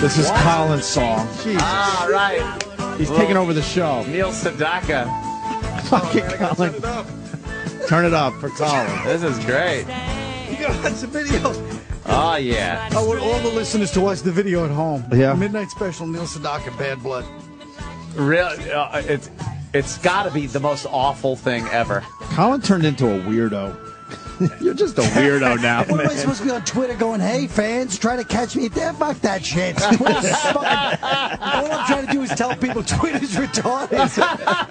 This is Colin's song. Jesus. All Ah, right. He's taking over the show. Neil Sedaka. Fucking Colin. Turn it up for Colin. This is great. You gotta watch the video. Oh, yeah. I want all the listeners to watch the video at home. Yeah. Midnight special, Neil Sedaka, Bad Blood. Real, uh, it's, it's got to be the most awful thing ever. Colin turned into a weirdo. You're just a weirdo now. What am I supposed to be on Twitter going, hey, fans, try to catch me? Yeah, fuck that shit. Twitter's fucking. All I'm trying to do is tell people Twitter's retarded.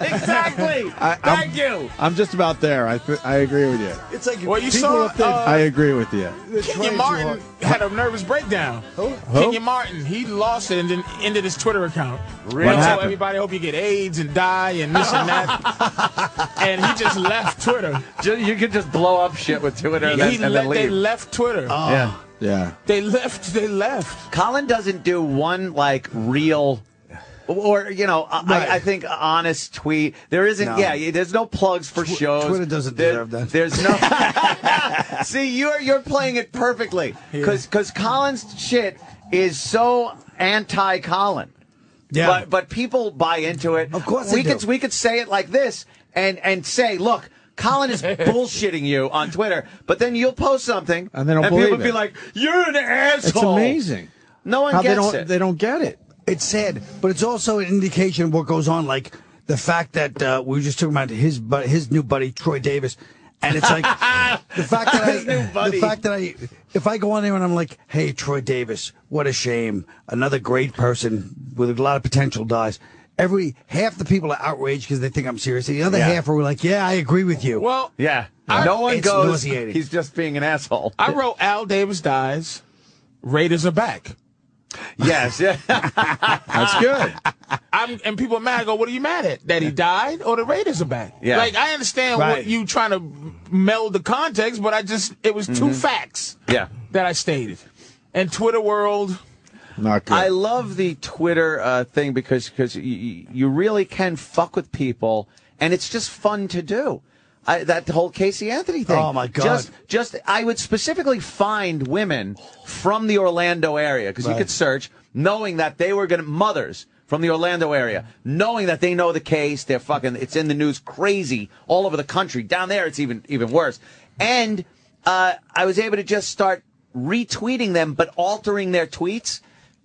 exactly. I- I'm- Thank you. I'm just about there. I, th- I agree with you. It's like Well, you people saw, up there. uh, I agree with you. they're trying Kenya too hard. Martin had a nervous breakdown. Who? Kenya Martin, he lost it and then ended his Twitter account. Really? And told happened? everybody, hope you get AIDS and die and this and that. and he just left Twitter. Ju- You could just blow up shit with Twitter and he then, and le- then they leave. left Twitter. Oh. Yeah. Yeah. they left. They left. Colin doesn't do one like real or you know I- I, I think honest tweet there isn't yeah there's no plugs for shows Twitter doesn't deserve that. there's no see you're you're playing it perfectly because because Colin's shit is so anti Colin Yeah. but but people buy into it Of course they we do. could we could say it like this and and say look Colin is bullshitting you on Twitter but then you'll post something And they don't people believe be it. like you're an It's asshole amazing. no one How gets they don't it they don't get it. it's sad, but it's also an indication of what goes on. Like the fact that uh, we were just talking about his bu- his new buddy, Troy Davis. And it's like the fact that His new I, buddy. the fact that I, if I go on there and I'm like, "Hey, Troy Davis, what a shame! Another great person with a lot of potential dies." Every half the people are outraged because they think I'm serious. The other half are like, "Yeah, I agree with you." Well, Yeah. I- no one it's goes. nauseating. He's just being an asshole. I wrote Al Davis dies. Raiders are back. yes. Yeah. That's good. I'm and people are mad. I go, what are you mad at? That he died or the Raiders are back? Yeah. Like I understand Right. what you trying to meld the context, but I just it was two facts. Mm-hmm. Yeah. That I stated. And Twitter world, Not good. I love the Twitter uh, thing because because you, you really can fuck with people, and it's just fun to do. I, that whole Casey Anthony thing. Oh, my God. Just, just I would specifically find women from the Orlando area because you could search, knowing that they were gonna mothers from the Orlando area, knowing that they know the case. They're fucking. It's in the news, crazy all over the country. Down there, it's even even worse. And uh, I was able to just start retweeting them, but altering their tweets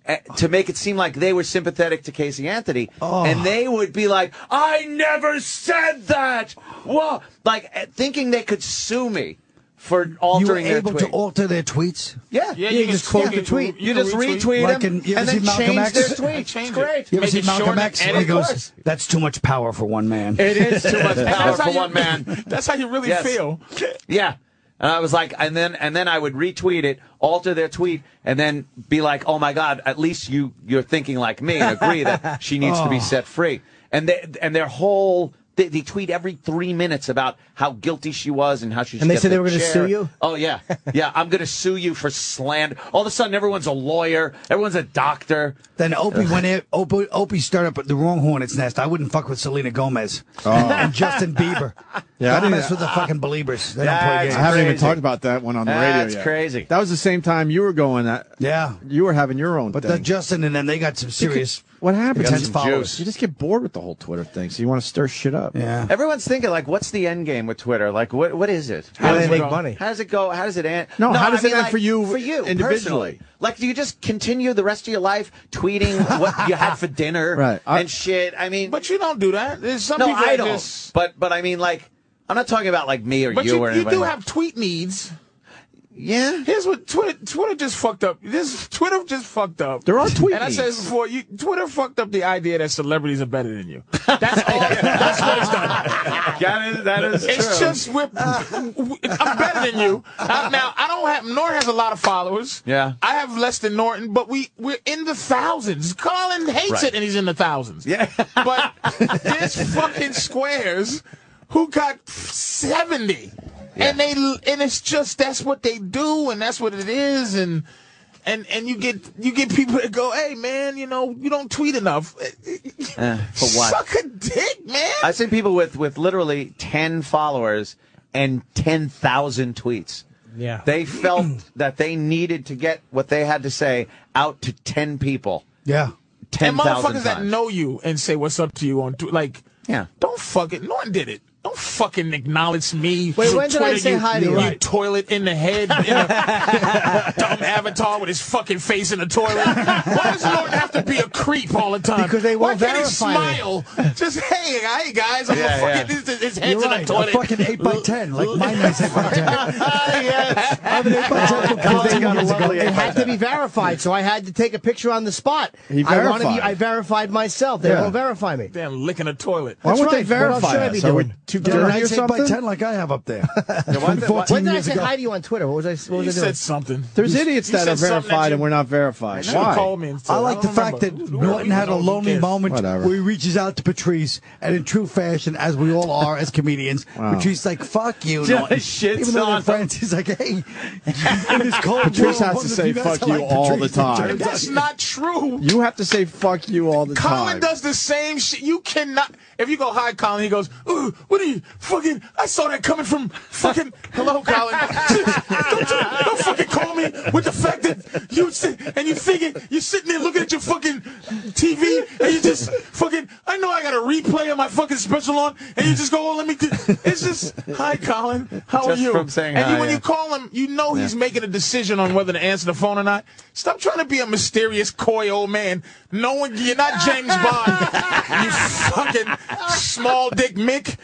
uh, to make it seem like they were sympathetic to Casey Anthony, Oh. and they would be like, "I never said that." Whoa, like uh, thinking they could sue me for you were altering their able to tweet. alter their tweets. yeah, Yeah, you just quote the tweet. You, just retweet, Like them in- you ever and then see Malcolm change X? their tweet. Change It's it. great. You ever Make see it Malcolm short X? and Where he it goes, works. "That's too much power for one man." It is too much power That's how for you- one man. That's how you really Yes. feel. Yeah. And I was like, and then and then I would retweet it, alter their tweet, and then be like, oh my god, at least you you're thinking like me and agree that she needs Oh. to be set free. And they and their whole they, they tweet every three minutes about how guilty she was and how she. And they said they were going gonna to sue you? Oh yeah, yeah. I'm going to sue you for slander. All of a sudden, everyone's a lawyer, everyone's a doctor. Then Opie went in. Opie, Opie started up at the wrong hornet's nest. I wouldn't fuck with Selena Gomez and Justin Bieber. Oh. Yeah, I didn't- Gomez with the fucking believers. They don't play That's games. I haven't even crazy. talked about that one on the radio That's yet. crazy. That was the same time you were going. That Yeah. you were having your own. But thing. the Justin and them, they got some serious. what happened? Intense followers. You just get bored with the whole Twitter thing, so you want to stir shit up. Yeah. Everyone's thinking like, what's the end game with Twitter? Like, what what is it? How do they make wrong? money? How does it go? How does it end? No, how does it end for you For you individually? personally. Like, do you just continue the rest of your life tweeting what you had for dinner Right. I- and shit? I mean, But you don't do that. There's some no, people I that don't. just But but I mean, like, I'm not talking about like me or But you, you, or you anybody. do like- have tweet needs. yeah. Here's what Twitter Twitter just fucked up. This Twitter just fucked up. There are tweet And I said needs. this before, you, Twitter fucked up the idea that celebrities are better than you. That's all. that's what it's done. That is, that is It's just we're, I'm better than you. Uh, now I don't have. Nor has a lot of followers. Yeah. I have less than Norton, but we we're in the thousands. Colin hates Right. it, and he's in the thousands. Yeah. But there's fucking squares who got seventy, and they and it's just that's what they do, and that's what it is, and. And and you get you get people that go, hey man, you know you don't tweet enough. Eh, for what? Suck a dick, man. I've seen people with with literally ten followers and ten thousand tweets. Yeah. they felt that they needed to get what they had to say out to 10 people Yeah. 10,000 and motherfuckers times. that know you and say what's up to you on Twitter, like, Yeah. don't fucking. No one did it. Don't fucking acknowledge me. Wait, through when did I Twitter, say you, hi to you? You toilet in the head, in a dumb avatar with his fucking face in the toilet. Why does Norton have to be a creep all the time? Because they won't Why can't he verify it. smile? Just hey, hey guys, I'm Yeah, a fucking. His, his head's You're in right. the A toilet. fucking 8 by 10 like my nice 8 by 10 I'm an 8 by 10 from Well, Queens it years ago. it had to be verified, so I had to take a picture on the spot. He I wanna be- verified. I verified myself. They Yeah. won't verify me. Damn, licking a toilet. Why That's would they right. What else verify should I us? be Are we doing? too Get a dirty or nice 8 by something? 10 like I have up there. why did- why- 14 When did I years say ago. hi to you on Twitter? What was I? What You was I doing? said something. There's idiots you that said are something verified that and you- we're not verified. You Why? called me and said, I like the don't fact that remember. Norton had a Who lonely cares? moment Whatever. where he reaches out to Patrice, and in true fashion, as we all are as comedians, Patrice is like "fuck you," Norton. shits even though on they're him. friends. He's like, "Hey," in his cold Patrice world, has one to of say few guys fuck that you like all Patrice, the it time. turns That's out. not true. You have to say fuck you all the Colin time. does the same shit. You cannot. If you go hi, Colin, he goes, "Ooh, what are you fucking? I saw that coming from fucking. Hello, Colin. don't, you, don't fucking call me with the fact that you sit and you thinking you're sitting there looking at your fucking TV and you just fucking. I know I got a replay of my fucking special on, and you just go, oh, let me. Do, it's just hi, Colin. How Just are Oh, you? from saying and hi, you, when yeah. you call him, you know he's making a decision on whether to answer the phone or not. Stop trying to be a mysterious, coy old man. No one, you're not James Bond. you fucking small dick Mick.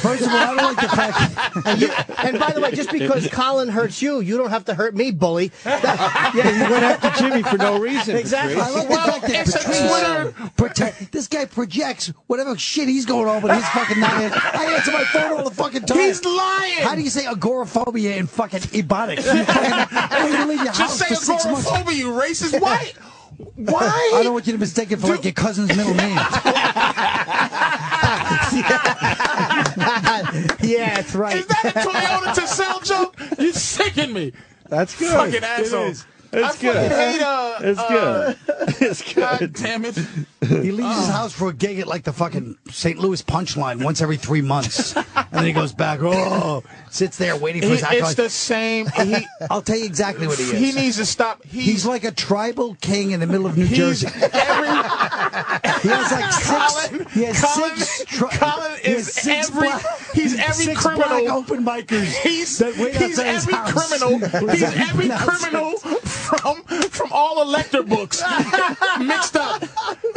First of all, I don't like the fact. And, you, and by the way, just because Colin hurts you, you don't have to hurt me, bully. yeah, you went after Jimmy for no reason. Exactly. I like the fact that it's a Twitter. Patrice protect, this guy projects whatever shit he's going on, but he's fucking not in. I answer my phone all the fucking time. He's lying. How do you say agoraphobia and fucking ebotic? You fucking- you leave your house Just say for six months. agoraphobia, you racist. Why? Why? I don't want you to mistake it for like your cousin's middle name. yeah, that's right. Is that a Toyota to sell joke? You sicken me. That's good. Fucking asshole. It is. It's I good. fucking hate uh, It's good. It's God good. damn it. He leaves his house for a gig at like the fucking St. Louis punchline once every three months. and then he goes back, oh, sits there waiting for his He- it's act. the same. He, I'll tell you exactly what he he is. needs to stop. He's, he's like a tribal king in the middle of New he's Jersey. every He has like six. Colin, he has Colin, six. tri- Colin he has is six every- he's every six criminal. black open micers. He's, that wait he's outside his every house. criminal. He's Exactly. every Outside. criminal from from all elector books mixed up.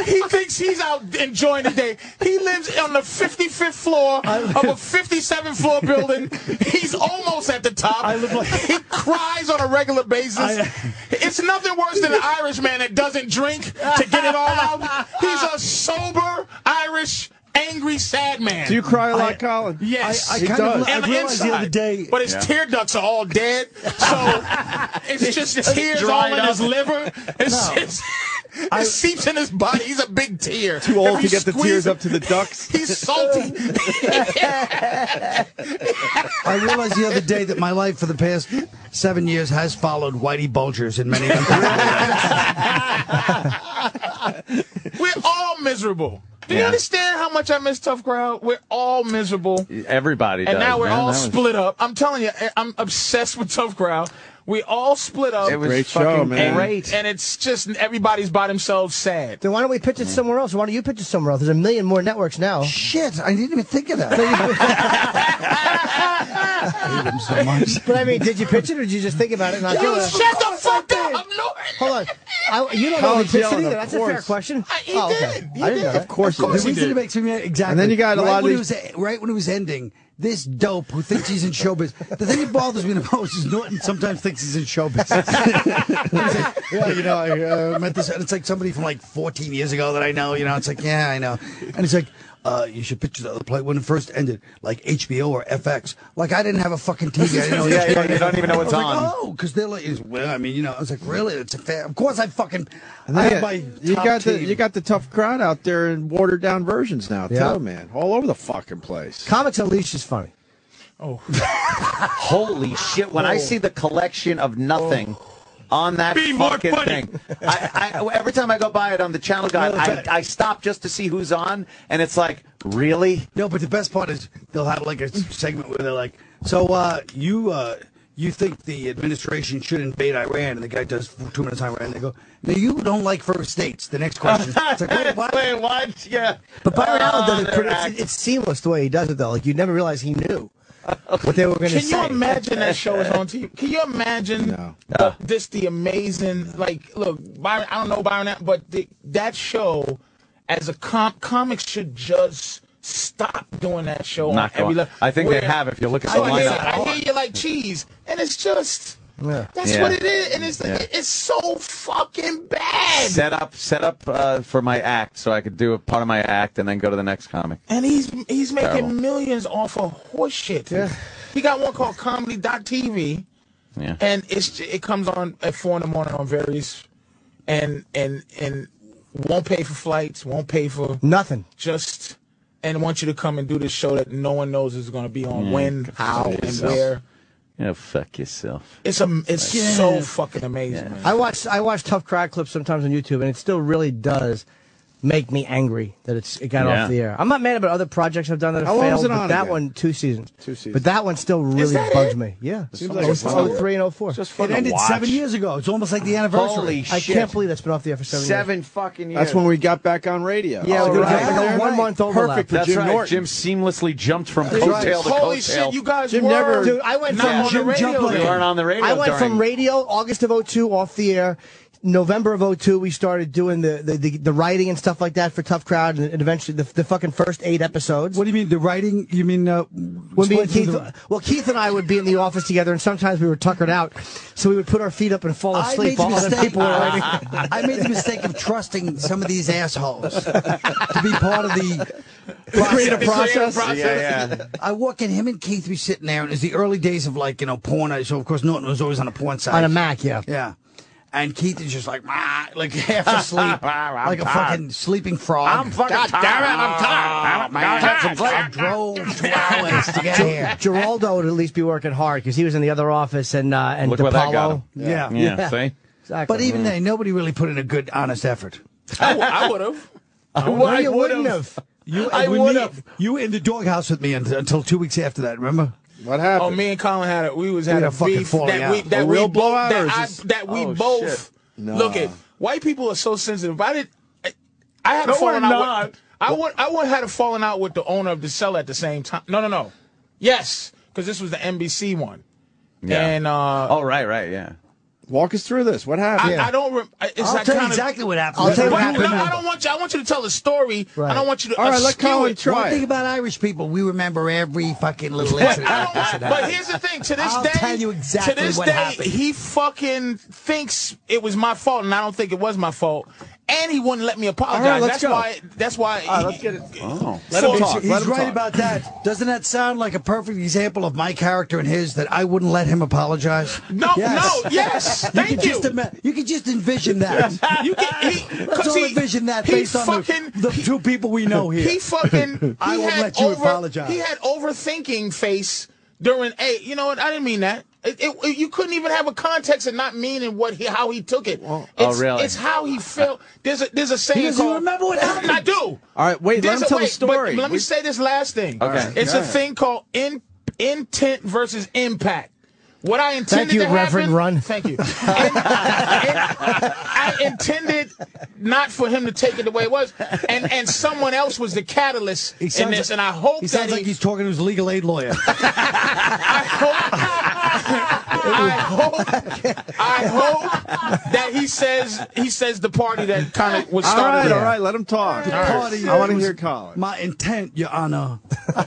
He thinks he's out enjoying the day. He lives on the 55th floor of a 57th floor building. He's almost at the top. I live like- he cries on a regular basis. I- it's nothing worse than an Irishman that doesn't drink to get it all out. He's a sober Irish angry sad man. Do you cry a lot, Colin? Yes, I- I He kind of does. I and realized the other inside. day- But his tear ducts are all dead, so it's just tears all dried in his up. liver. It's, it's, it seeps in his body. He's a big tear. Too old If to you get the squeeze tears him, up to the ducks. He's salty. I realized the other day that my life for the past seven years has followed Whitey Bulgers in many. We're all miserable. Do you Yeah. understand how much I miss Tough Crowd? We're all miserable. Everybody does. And now we're man. all That was- split up. I'm telling you, I- I'm obsessed with Tough Crowd. We all split up. It was Great fucking show, man. great. And it's just everybody's by themselves sad. Then why don't we pitch it somewhere else? Why don't you pitch it somewhere else? There's a million more networks now. Shit, I didn't even think of that. I hate him so much. But I mean, did you pitch it or did you just think about it and not do You it? shut the fuck up, Norton. Hold on. I, you don't know if Colin's he pitched it yelling, either. of That's a fair course. question. I- he Oh, did. okay. He I didn't know did. that. Of course, Of course it The he is. reason did. it makes me mad, exactly. then you got a right lot of when these- he was e, right when he was ending. This dope who thinks he's in show business. The thing that bothers me the most is Norton sometimes thinks he's in show business. He's like, yeah, you know, I uh, met this, and it's like somebody from like 14 years ago that I know. You know, it's like, yeah, I know, and it's like. Uh, you should picture the other play when it first ended, like HBO or FX. Like I didn't have a fucking TV. I didn't know Yeah, yeah, you don't even know what's I was like, on. oh, because they're like, well, I mean, you know, I was like, really? It's a fair. Of course, I fucking. I Yeah, have my you top got the team. you got the tough crowd out there in watered down versions now Yeah. too, man. All over the fucking place. Comics Unleashed is funny. Holy shit! When I see the collection of nothing on that Oh. Be more fucking funny. thing, I, I, every time I go by it on the channel guide, I, I stop just to see who's on, and it's like, really? No, but the best part is they'll have like a segment where they're like, "So uh, you uh, you think the administration should invade Iran, and the guy does two minutes on Iran. And they go, no, you don't like first states. The next question. It's like, wait, what? Wait, what? Yeah. But Byron Allen they're does it pretty. act- It's, it's seamless the way he does it, though. Like you never realize he knew what they were going to Can say. you imagine that show is on TV? Can you imagine the- this? The amazing, like, look, Byron. I don't know Byron, Allen, but the, that show, as a comp, comics should just stop doing that show Not on every going- level. I think they have if you look at the I hear, lineup. I hear you like cheese, and it's just. Yeah. That's Yeah. what it is, and it's Yeah. it's so fucking bad. Set up, set up uh, for my act, so I could do a part of my act and then go to the next comic. And he's he's making Terrible. millions off of horseshit. Yeah. He got one called Comedy.tv, Yeah. and it's j- it comes on at four in the morning on various, and and and won't pay for flights, won't pay for Nothing. just, and want you to come and do this show that no one knows is going to be on when, how, and yourself. where. Yeah, fuck yourself. It's a it's so fucking amazing. man. I watch I watch tough crowd clips sometimes on YouTube, and it still really does make me angry that it's it got Yeah. off the air. I'm not mad about other projects I've done that have How long failed, was it but on that again? one two seasons. Two seasons. But that one still really that bugs it? me. Yeah, Seems like it's it's fun. 03 and 04. Just fun It to ended watch. seven years ago. It's almost like the anniversary. Holy shit! I can't believe that's been off the air for seven, seven fucking years. That's when we got back on radio. years. Yeah, Oh, it was right. like a one month overlap. Perfect for That's Jim right. Norton. Jim seamlessly jumped from coattail right. to coattail. Holy shit, you guys Jim were never- Dude, I went not from- on Jim the radio. jumped like We then. weren't on the radio. I went during- from radio August of 02 off the air. November of 02, we started doing the, the, the, the writing and stuff like that for Tough Crowd, and, and eventually the, the fucking first eight episodes. What do you mean? The writing? You mean uh, When me and explain Keith, to well, Keith and I would be in the office together, and sometimes we were tuckered out, so we would put our feet up and fall I made, asleep the while other mistake, people were writing. I made the mistake of trusting some of these assholes to be part of the creative process. Yeah, yeah. I walk in, him and Keith be sitting there, and it's the early days of like, you know, porn. So, of course, Norton was always on a porn side. On a Mac, yeah. Yeah. And Keith is just like, "Mah," like half asleep, like a fucking sleeping frog. I'm fucking God damn it! I'm tired. I'm Oh, Man, tired. I drove two hours to get here. Geraldo would at least be working hard because he was in the other office, and uh, and Look DiPaolo. where that got him. Yeah. Yeah, see? Exactly. But even then, nobody really put in a good, honest effort. I, w- I would have. No, you wouldn't have. You, I we would meet- have. You were in the doghouse with me un- until two weeks after that. Remember? What happened? Oh, me and Colin had a we was had had a a fucking beef falling that we out. that A we real both- blowout or that, is I, this- that we Oh, both shit. Nah. look at. White people are so sensitive. I did. I, I had No, a falling we're out. not. With, I would I would had a falling out with the owner of the cell at the same time. No, no, no. Yes, because this was the NBC one, Yeah. and uh, Oh, right, right, yeah. Walk us through this. What happened? I, I don't. Rem- I- it's I'll that tell you kind exactly Of, what happened. I'll tell you But what no, happened. I don't want you. I want you to tell the story. Right. I don't want you to. All right, let askew Colin it. try. One Right. thing about Irish people, we remember every fucking little incident. I don't that should want- happen. but here's the thing. To this I'll day, tell you exactly to this what day, happened. he fucking thinks it was my fault, and I don't think it was my fault. And he wouldn't let me apologize. All right, let's that's go. why. That's why. right, he- let's get it. Oh. Let him Full- talk. He's Let him right talk. about that. Doesn't that sound like a perfect example of my character and his that I wouldn't let him apologize? No, Yes. no, yes. You Thank could you. just ima- you could just envision that. you can, he, Let's 'cause all he- envision that he based on fucking, the, the two people we know here. He fucking. I he won't had let you over- apologize. He had overthinking face during. Hey, you know what? I didn't mean that. It, it- it- you couldn't even have a context and not meaning what he, how he took it. It's, really? It's how he felt. There's a there's a saying. doesn't called- remember what happened. I do. All right, wait, let There's him a- tell the wait, but story. Let me We- say this last thing. Okay. It's Go a ahead. thing called in, intent versus impact. What I intended you, to happen- Reverend Run. Thank you. And- and I intended not for him to take it the way it was, and and someone else was the catalyst He in sounds this. like- and I hope He that sounds he, like he's talking to his legal aid lawyer. I hope, I hope, I hope that he says he says the party that kind of was All started. right, it. all right. Let him talk. The party I want to was- hear Colin. My intent, Your Honor,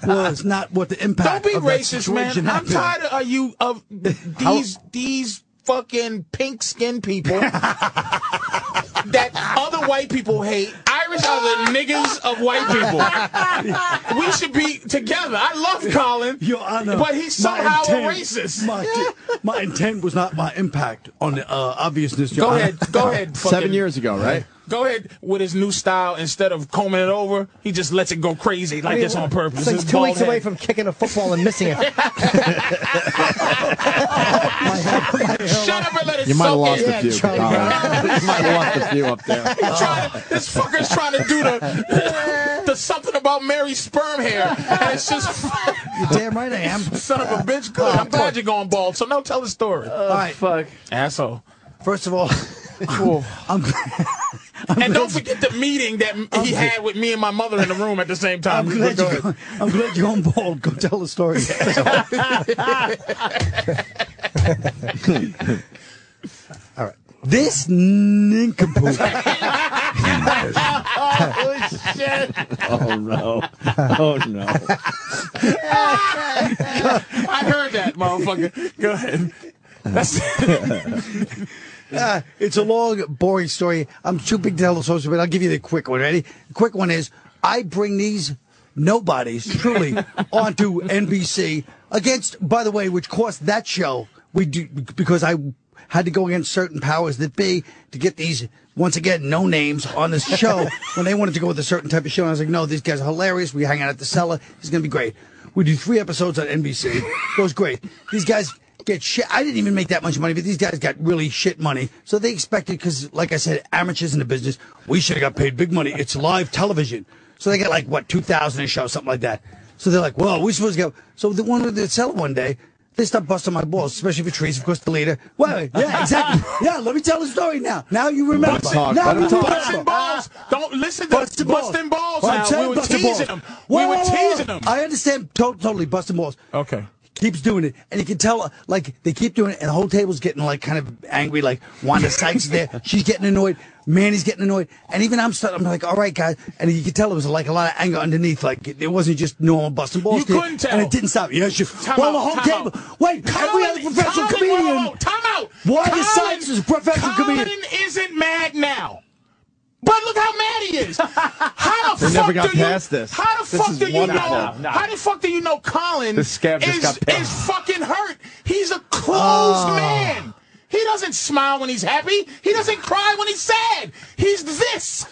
was not what the impact. Don't be of that racist, situation man. I'm happened. tired of you of these these fucking pink skinned people that other white people hate. Irish are the niggas of white people. we should be together. I love Colin, Your Honor, but he's my somehow intent- a racist. My, my intent was not my impact on the uh, obviousness. Your Go Honor. ahead, go ahead. Seven fucking- years ago, right? Go ahead with his new style. Instead of combing it over, he just lets it go crazy like I mean, this on purpose. It's like His two bald weeks away head. from kicking a football and missing it. Shut up and let it You might have soak lost in. a few. Charlie. All right. you might have lost a few up there. He's trying to- this fucker's trying to do the, the something about Mary's sperm hair. And it's just, You're damn right I am. son of a bitch, good. I'm glad you're going bald. So now tell the story. all right. Fuck. Asshole. First of all, I'm, And don't forget the meeting that he had with me and my mother in the room at the same time. I'm glad Go you're ahead. going, I'm glad you're going bald. Go tell the story. all right. This nincompoop. Oh no! Oh no! I heard that, motherfucker. Go ahead. That's Uh, it's a long, boring story. I'm too big to tell the social, but I'll give you the quick one. Ready? The quick one is I bring these nobodies truly onto NBC against, by the way, which cost that show. We do because I had to go against certain powers that be to get these once again no names on this show when they wanted to go with a certain type of show. And I was like, no, these guys are hilarious. We hang out at the cellar. It's gonna be great. We do three episodes on NBC. Goes great. These guys get shit. I didn't even make that much money, but these guys got really shit money. So they expected, because like I said, amateurs in the business, we should have got paid big money. It's live television. So they got like what two thousand a show, something like that. So they're like, well, we're supposed to go. So the one with the cell one day. They stopped busting my balls, especially for Trace, of course, the leader. Wait, yeah, exactly. Yeah, let me tell the story now. Now you remember. talk, Now let him you talk. busting remember. balls. Don't listen to Busting balls. busting balls. I'm now. telling We were busting teasing balls. him. Whoa, we were whoa, whoa, teasing whoa. him. I understand to- totally busting balls. Okay. Keeps doing it, and you can tell, uh, like they keep doing it, and the whole table's getting like kind of angry. Like Wanda Sykes is there, she's getting annoyed. Manny's getting annoyed, and even I'm starting. I'm like, all right, guys, and you can tell it was like a lot of anger underneath. Like it, it wasn't just normal busting balls. You to it, couldn't tell. and it didn't stop. Yeah, she, Time well, out, the whole table. time out. Wait, every Colin- other professional Colin- comedian. whoa, whoa, whoa, Time out. Wanda Colin- Sykes is a professional comedian. Colin isn't mad now. But look how mad he is. How the They fuck never got do you, past this. How the This fuck is do you wonderful. know? No, no. How the fuck do you know Colin This scab just is, got pissed. is fucking hurt? He's a closed Ah. Oh. man. He doesn't smile when he's happy. He doesn't cry when he's sad. He's this.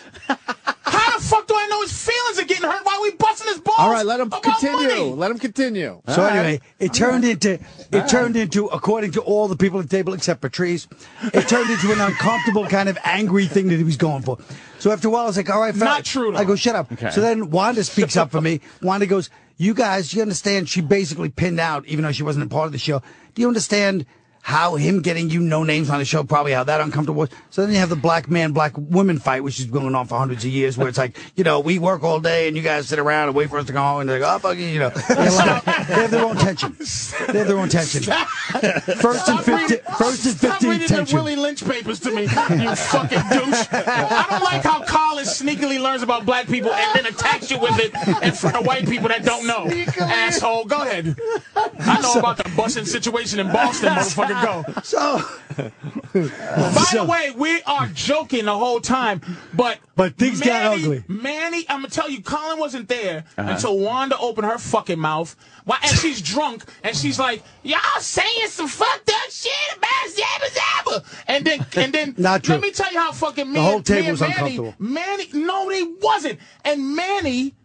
How the fuck do I know his feelings are getting hurt while we busting his balls? All right, let him about continue. money? Let him continue. So anyway, it turned into it turned into, according to all the people at the table except Patrice, it turned into an uncomfortable kind of angry thing that he was going for. So after a while, I was like, "All right, fine." Not true, though. I go, "Shut up." Okay. So then Wanda speaks up for me. Wanda goes, "You guys, you understand?" She basically pinned out, even though she wasn't a part of the show. Do you understand? How him getting you no names on the show, probably how that uncomfortable was. So then you have the black man, black woman fight, which is going on for hundreds of years, where it's like, you know, we work all day and you guys sit around and wait for us to go home and they're like, oh, fuck you, you know. They have they have their own tension. They have their own tension. First and Stop reading, 15, first and stop 15 reading the Willie tension. Lynch papers to me, you fucking douche. I don't like how Colin sneakily learns about black people and then attacks you with it in front of white people that don't know. Asshole, go ahead. I know about the busing situation in Boston, motherfucker, go. So, By the way, we are joking the whole time, but But things got Manny- ugly. Uh-huh. Manny, I'm gonna tell you, Colin wasn't there until Wanda opened her fucking mouth. Why? And she's drunk, and she's like, "Y'all saying some fucked up shit about Zabba Zabba," and then and then Not true. Let me tell you how fucking me The whole and- me table and was Manny, uncomfortable. Manny, no, they wasn't, and Manny.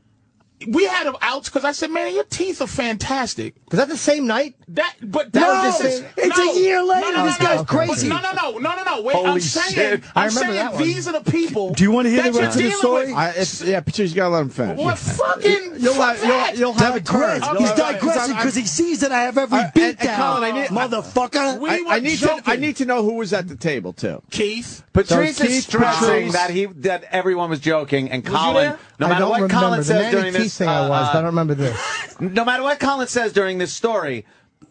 We had him out because I said, "Manny, your teeth are fantastic." Was that the same night? That, but that No, was this is, it's a year later. This guy's but crazy. No, no, no, no, no, no. Wait, I'm Holy saying, shit. I'm I remember saying that one. these are the people. Do you wanna hear that the you're rest of the dealing story? with. I, it's, yeah, Patrice, you gotta let him finish. What fucking? You'll have- you'll- fact? you'll have- digress. Okay, He's okay. digressing because he sees that I have every I- and- beat and Colin, I down. need- Motherfucker. We I, were I need to. I joking. need to know who was at the table too. Keith. Patrice So Keith is stressing Patrice- that he that everyone was joking, and you Colin, there? no I matter don't what remember. Colin the says Manny during Keith this, thing I uh, was. I don't remember this. no matter what Colin says during this story,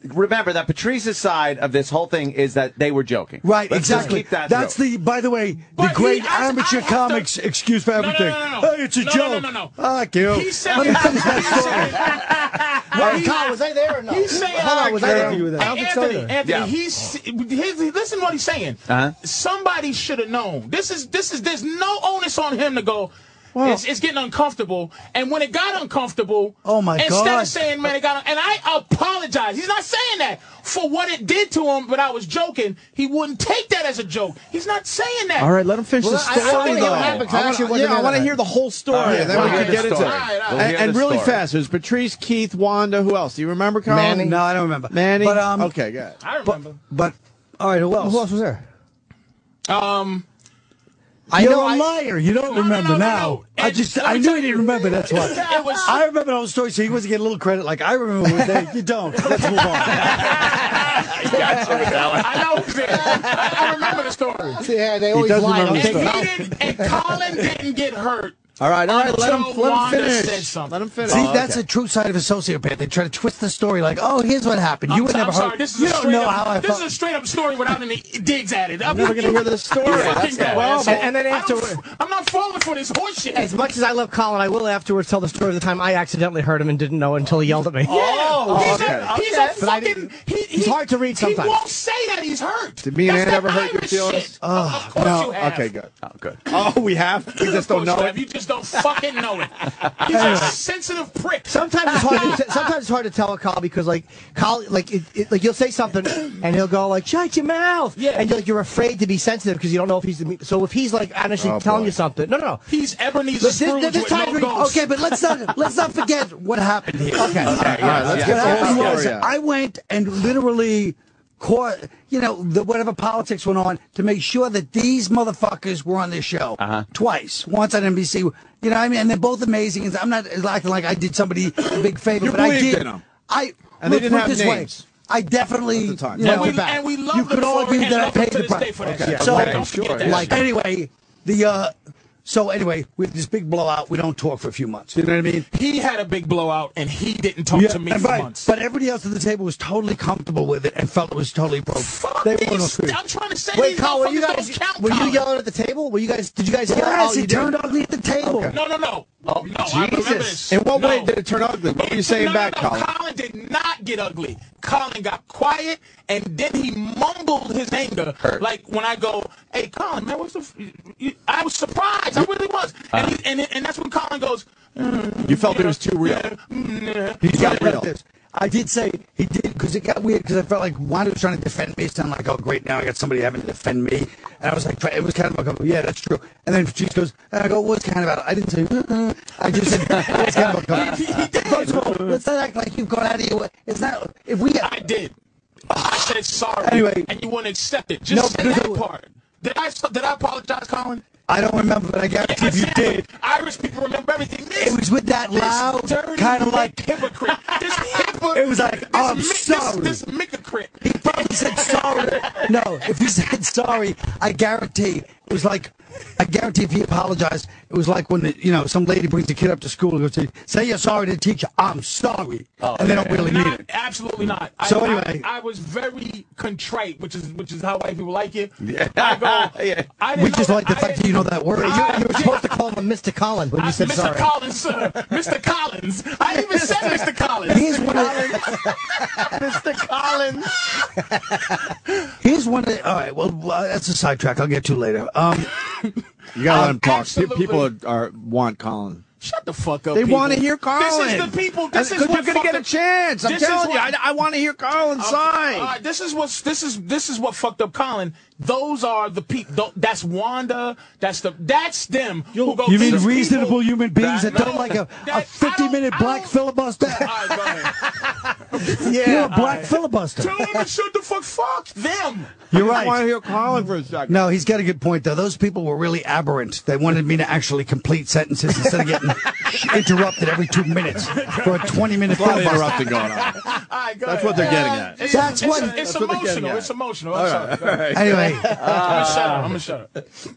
remember that Patrice's side of this whole thing is that they were joking. Right, Let's just exactly. keep that That's through. the, by the way, But the he- great I- I amateur have to- comics excuse for No, no, everything. no, no, no. Hey, it's a No, no, joke. no, no, no. Fuck you. He said. Let me finish that he said- Hey, Kyle, was I there or no? He's saying, Hold on, was I there? Anthony, I don't think so Anthony, either. Anthony, Yeah. he's he's- listen to what he's saying. Uh-huh. Somebody should have known. This is this is there's no onus on him to go. it's, it's getting uncomfortable. And when it got uncomfortable, Oh, my instead Instead God. of saying, man, it got, and I apologize. He's not saying that for what it did to him, but I was joking. He wouldn't take that as a joke. He's not saying that. All right, let him finish the Well, I- I story, wanna hear though. what happened, 'cause I I actually wanna, wasn't yeah, I there want to that hear the whole story, All right, and then we we'll can hear get the into story. it. All right, all And, right. We'll hear and the really story. fast, it was Patrice, Keith, Wanda. Who else? Do you remember, Colin? Manny. No, I don't remember. Manny. But um, okay, got it. I remember. But all right, who else? Who else was there? um, I You're know. a I- liar. You don't no, remember no, no, now. no. I And just let me I tell knew he you- didn't remember. That's why. It was- I remember the whole story, so he wasn't getting a little credit. Like I remember what day. You don't. Let's move on. I know who's there. I, I remember the story. Yeah, they always does lie. remember Don't the story. take it. And, he didn't, and Colin didn't get hurt. All right, all right. Let him, Until let Wanda him said finish. something. Let him finish. See, Oh, that's okay. a true side of a sociopath. They try to twist the story, like, "Oh, here's what happened. You I'm, would I'm never sorry. hurt." This is you a don't straight know up, how I this felt. is a straight up story without any digs at it. I'm Never gonna hear this story. You're That's fucking the dumb, problem. asshole. And then I don't afterward- f- I'm not falling for this horseshit. As much as I love Colin, I will afterwards tell the story of the time I accidentally hurt him and didn't know until he yelled at me. Oh, he's okay. a, he's Okay. a But I fucking. didn't- He, he, It's hard to read sometimes. He won't say that he's hurt. Did me and That's Ann the ever hurt your Irish feelings? Shit. Oh, of course you have. Okay, good. Oh, good. Oh, we have. We just Of don't course know you it. have. You just don't fucking know it. He's a sensitive prick. Sometimes it's hard. To, sometimes it's hard to tell a call because like call like it, it, like you'll say something and he'll go like shut your mouth. Yeah. And you're, like you're afraid to be sensitive because you don't know if he's so if he's like honestly Oh, telling boy. you something. No, no, no. He's Ebenezer This- this- Scrooge this with time no we- ghost. okay, but let's not let's not forget what happened here. Okay, All right, let's get the whole story out. I went and literally caught, you know, the, whatever politics went on to make sure that these motherfuckers were on this show Uh-huh. twice. Once on NBC, you know, what I mean, and they're both amazing. And I'm not acting like I did somebody a big favor, You but I believed did. in 'em. I And they look- didn't look have this way. names. I definitely, At the time. you And know, we, and we love you them could for argue it and that I love them paid to the this day price. for that. Okay. shit. So- Don't forget Sure, that. yeah. Like anyway, the uh, so anyway, with this big blowout, we don't talk for a few months. You know what I mean? He had a big blowout and he didn't talk to me and for right, months. But everybody else at the table was totally comfortable with it and felt it was totally appropriate. Fuck They these- were no screw. I'm trying to say Wait, these Colin, were you motherfuckers guys don't count. were you Colin. yelling at the table? Were you guys did you guys yell? Yes, Oh, he you did. turned ugly at the table. No, no, no. Oh, no, I remember this. In what no. way did it turn ugly? What were you saying no, back, no, no. Colin? did not get ugly. Colin got quiet, and then he mumbled his anger. Like when I go, "Hey, Colin, man, what's the?" F-? you- you-" I was surprised. I really was. and, Uh-huh. he, and and that's when Colin goes, "Mm, You felt it was too real. He got Right real. about this. I did say he did because it got weird because I felt like Wanda was trying to defend me. It sounded like, oh, great, now I got somebody having to defend me. And I was like, try- it was kind of like, oh, yeah, that's true. And then she goes, and I go, what's kind of about it? I didn't say, uh-uh. I just said, what's kind of about it? First of all, let's not act like you've gone out of your way. It's not, if we, "I did." I said sorry, Anyway. and you wouldn't accept it. Just No, say no, that no. part. Did I did I apologize, Colin? I don't remember, but I guarantee I if you said did, Irish people remember everything. This, it was with that this loud, dirty, kind of like, hypocrite. This hypocrite. It was like, "Oh, "I'm this mi- this- sorry." This, hypocrite. He probably said sorry. No, if he said sorry, I guarantee it was like, I guarantee if he apologized, it was like when the, you know some lady brings a kid up to school and goes, "Say- "Say you're sorry to the teacher." I'm sorry, Oh, and they don't really mean Not, it. absolutely not. So I, anyway- I, I was very contrite, which is which is how white people like it. I go, I didn't We just know like the I fact that didn't- you know that word. You, I- you were supposed to call him Mr. Colin when I- you said Mr. sorry. Collins, sir. Mr. Collins. I even said Mr. Collins. Here's one. Of, Mr. Collins. here's one. Of, all right. Well, well, uh, that's a sidetrack. I'll get to later. Um, You gotta let him talk. Absolutely. People are, are want Colin. Shut the fuck up. They people. want to hear Colin. This is the people. This And- is 'cause what you're gonna get a fucking- chance. I'm this is telling you, I, what- I want to hear Colin sign. All right, this is what's this is this is what fucked up Colin. Those are the people. That's Wanda. That's the that's them. who go, you mean "These people- reasonable human beings that, That- don't no, like a, that- I a don't- 50 minute I black don't- filibuster? All right, go ahead. You're a black filibuster. Tell them to shut the fuck. Fuck them. You're I want right. to hear Colin for a second. No, he's got a good point, though. Those people were really aberrant. They wanted me to actually complete sentences instead of getting interrupted every two minutes for a 20 minute a lot of filibuster. interrupting going on. All right, That's go ahead. what they're getting at. It's, That's it's, what- It's, that's what they're getting emotional. at. It's emotional. I'm sorry. Go ahead. Anyway, uh, I'm gonna shut up. I'm gonna shut up.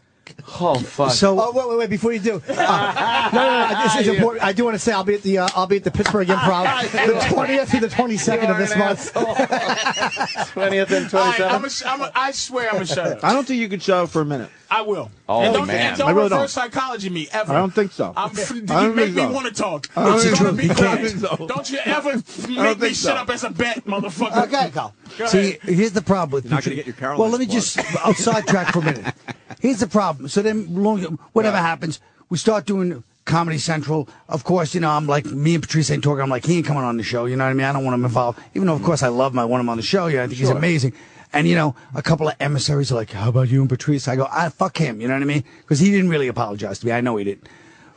Oh fuck. Oh so wait, wait, wait! Before you do, Uh, no, no, no. This is important. I do want to say I'll be at the uh, I'll be at the Pittsburgh Improv the twentieth to the twenty second of this month. Twentieth and All right, twenty-seventh. I'm gonna sh- I'm gonna- I swear I'm gonna shut up. I don't think you could shut up for a minute. I will. Oh, and don't, man. And don't I really reverse don't. psychology me ever. I don't think so. I'm, I you don't make think me so. want to talk. I don't It's think gonna so. be I don't quiet. think so. Don't you ever make don't me think shut so. up as a bet, motherfucker. Okay, Carl. Go ahead. see, here's the problem with You're not gonna future- get your Carolyn Well, let me plug. just I'll sidetrack for a minute. Here's the problem. So then, long, whatever happens, we start doing Comedy Central. Of course, you know, I'm like, me and Patrice ain't talking. I'm like, he ain't coming on the show. You know what I mean? I don't want him involved. Even though, of course, I love him. I want him on the show. Yeah, I think he's amazing. And, you know, a couple of emissaries are like, how about you and Patrice? I go, ah, fuck him. You know what I mean? Because he didn't really apologize to me. I know he didn't.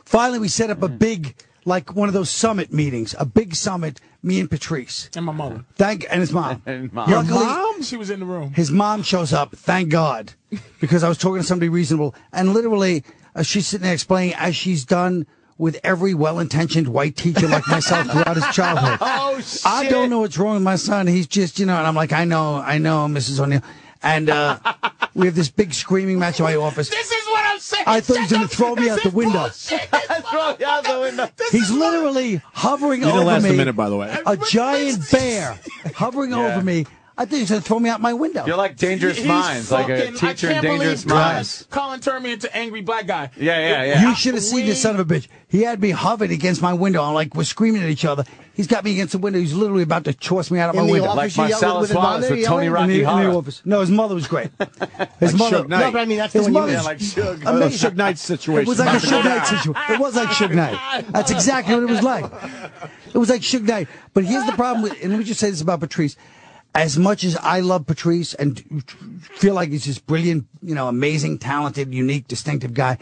Finally, we set up Mm. a big, like one of those summit meetings, a big summit, me and Patrice. And my mother. Thank, and his mom. And mom. Your Luckily- mom? She was in the room. his mom shows up, thank God, because I was talking to somebody reasonable. And literally, uh, she's sitting there explaining, as she's done with every well intentioned white teacher like myself throughout his childhood. Oh, I shit. don't know what's wrong with my son. He's just, you know, and I'm like, I know, I know, Mrs. O'Neill. And uh, we have this big screaming match in my office. This is what I'm saying. I thought he was Shut gonna up. throw me This out the is window. bullshit. Throw you out the window. He's literally hovering You didn't over last me. a minute, by the way. A giant bear hovering Yeah. over me. I think he's going to throw me out my window. You're like dangerous He's minds, like a fucking- I teacher in can't dangerous believe Colin- minds. Colin turned me into angry black guy. Yeah, yeah, yeah. You should have seen this son of a bitch. He had me hovering against my window. I'm like, we're screaming at each other. He's got me against the window. He's literally about to chorse me out of In Oh, my the window. office, like she yelled Marcellus with his mom Wallace there with Tony yelling? in the, Rocky in the Horror. office. No, his mother was great. His mother. Suge Knight. No, but I mean that's the his one you mother's mean. like Suge. amazing. Like Suge Knight's situation. It was like a Back Suge Knight situation. It was like Suge Knight. That's exactly what it was like. It was like Suge Knight. But here's the problem with, and let me just say this about Patrice. As much as I love Patrice and feel like he's this brilliant, you know, amazing, talented, unique, distinctive guy,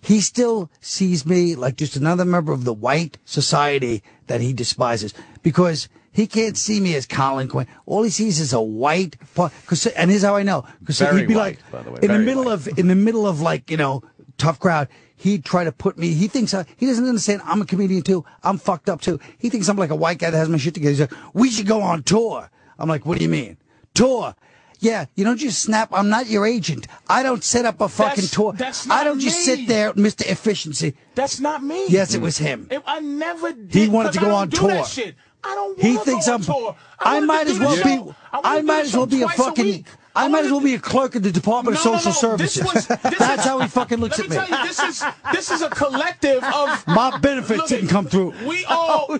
he still sees me like just another member of the white society that he despises because he can't see me as Colin Quinn. All he sees is a white, part- cause, and here's how I know. Because Very he'd be white, like, by the way, in the very middle white. of of- in the middle of like you know tough crowd he'd try to put me he thinks I, he doesn't understand i'm a comedian too i'm fucked up too he thinks i'm like a white guy that has my shit together he's like we should go on tour i'm like what do you mean tour yeah, you don't just snap. I'm not your agent. I don't set up a fucking That's- tour. that's I not don't just me. sit there, Mr. Efficiency. That's not me. Yes, it was him. It, I never did. He wanted to 'cause go I on don't do that tour. shit. I don't want He to thinks go I'm. on tour. I, wanted might to as do well the be. show. wanted I to do might the as well show be a twice fucking. week. I might wanted as well to- be a clerk at the Department of No, no, Social no. This Services. was- this That's is- how he fucking looks Let at me me. tell you, this is this is a collective of My benefits Look, didn't come through. Oh, We all, we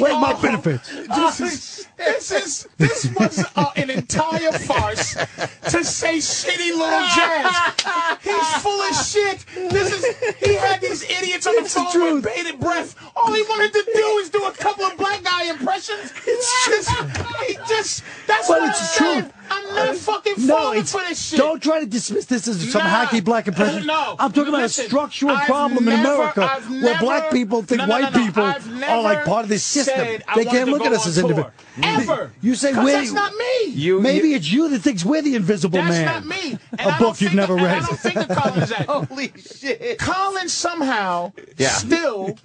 Where's my all- benefits? This is this is this was uh, an entire farce to say shitty little jazz. He's full of shit. This is he had these idiots on the It's the phone truth. with bated breath. All he wanted to do is do a couple of black guy impressions. It's just he just that's But what it's I'm the saying. truth. I'm not fucking No, falling it's, for this shit. don't try to dismiss this as some Nah. hacky black impression. No. I'm talking about a Listen, structural I've problem in never- America I've where never- black people think No, no, no, white no. people I've are never like part of this system. said I They wanted can't to look go at us on as individuals. tour. Ever. You say 'Cause we're that's not me. You- Maybe you- it's you that thinks we're the invisible That's man. not me. And a I book don't you've think never that- read. Oh. and I don't think of Colin as that. Holy shit. Colin somehow Yeah. still.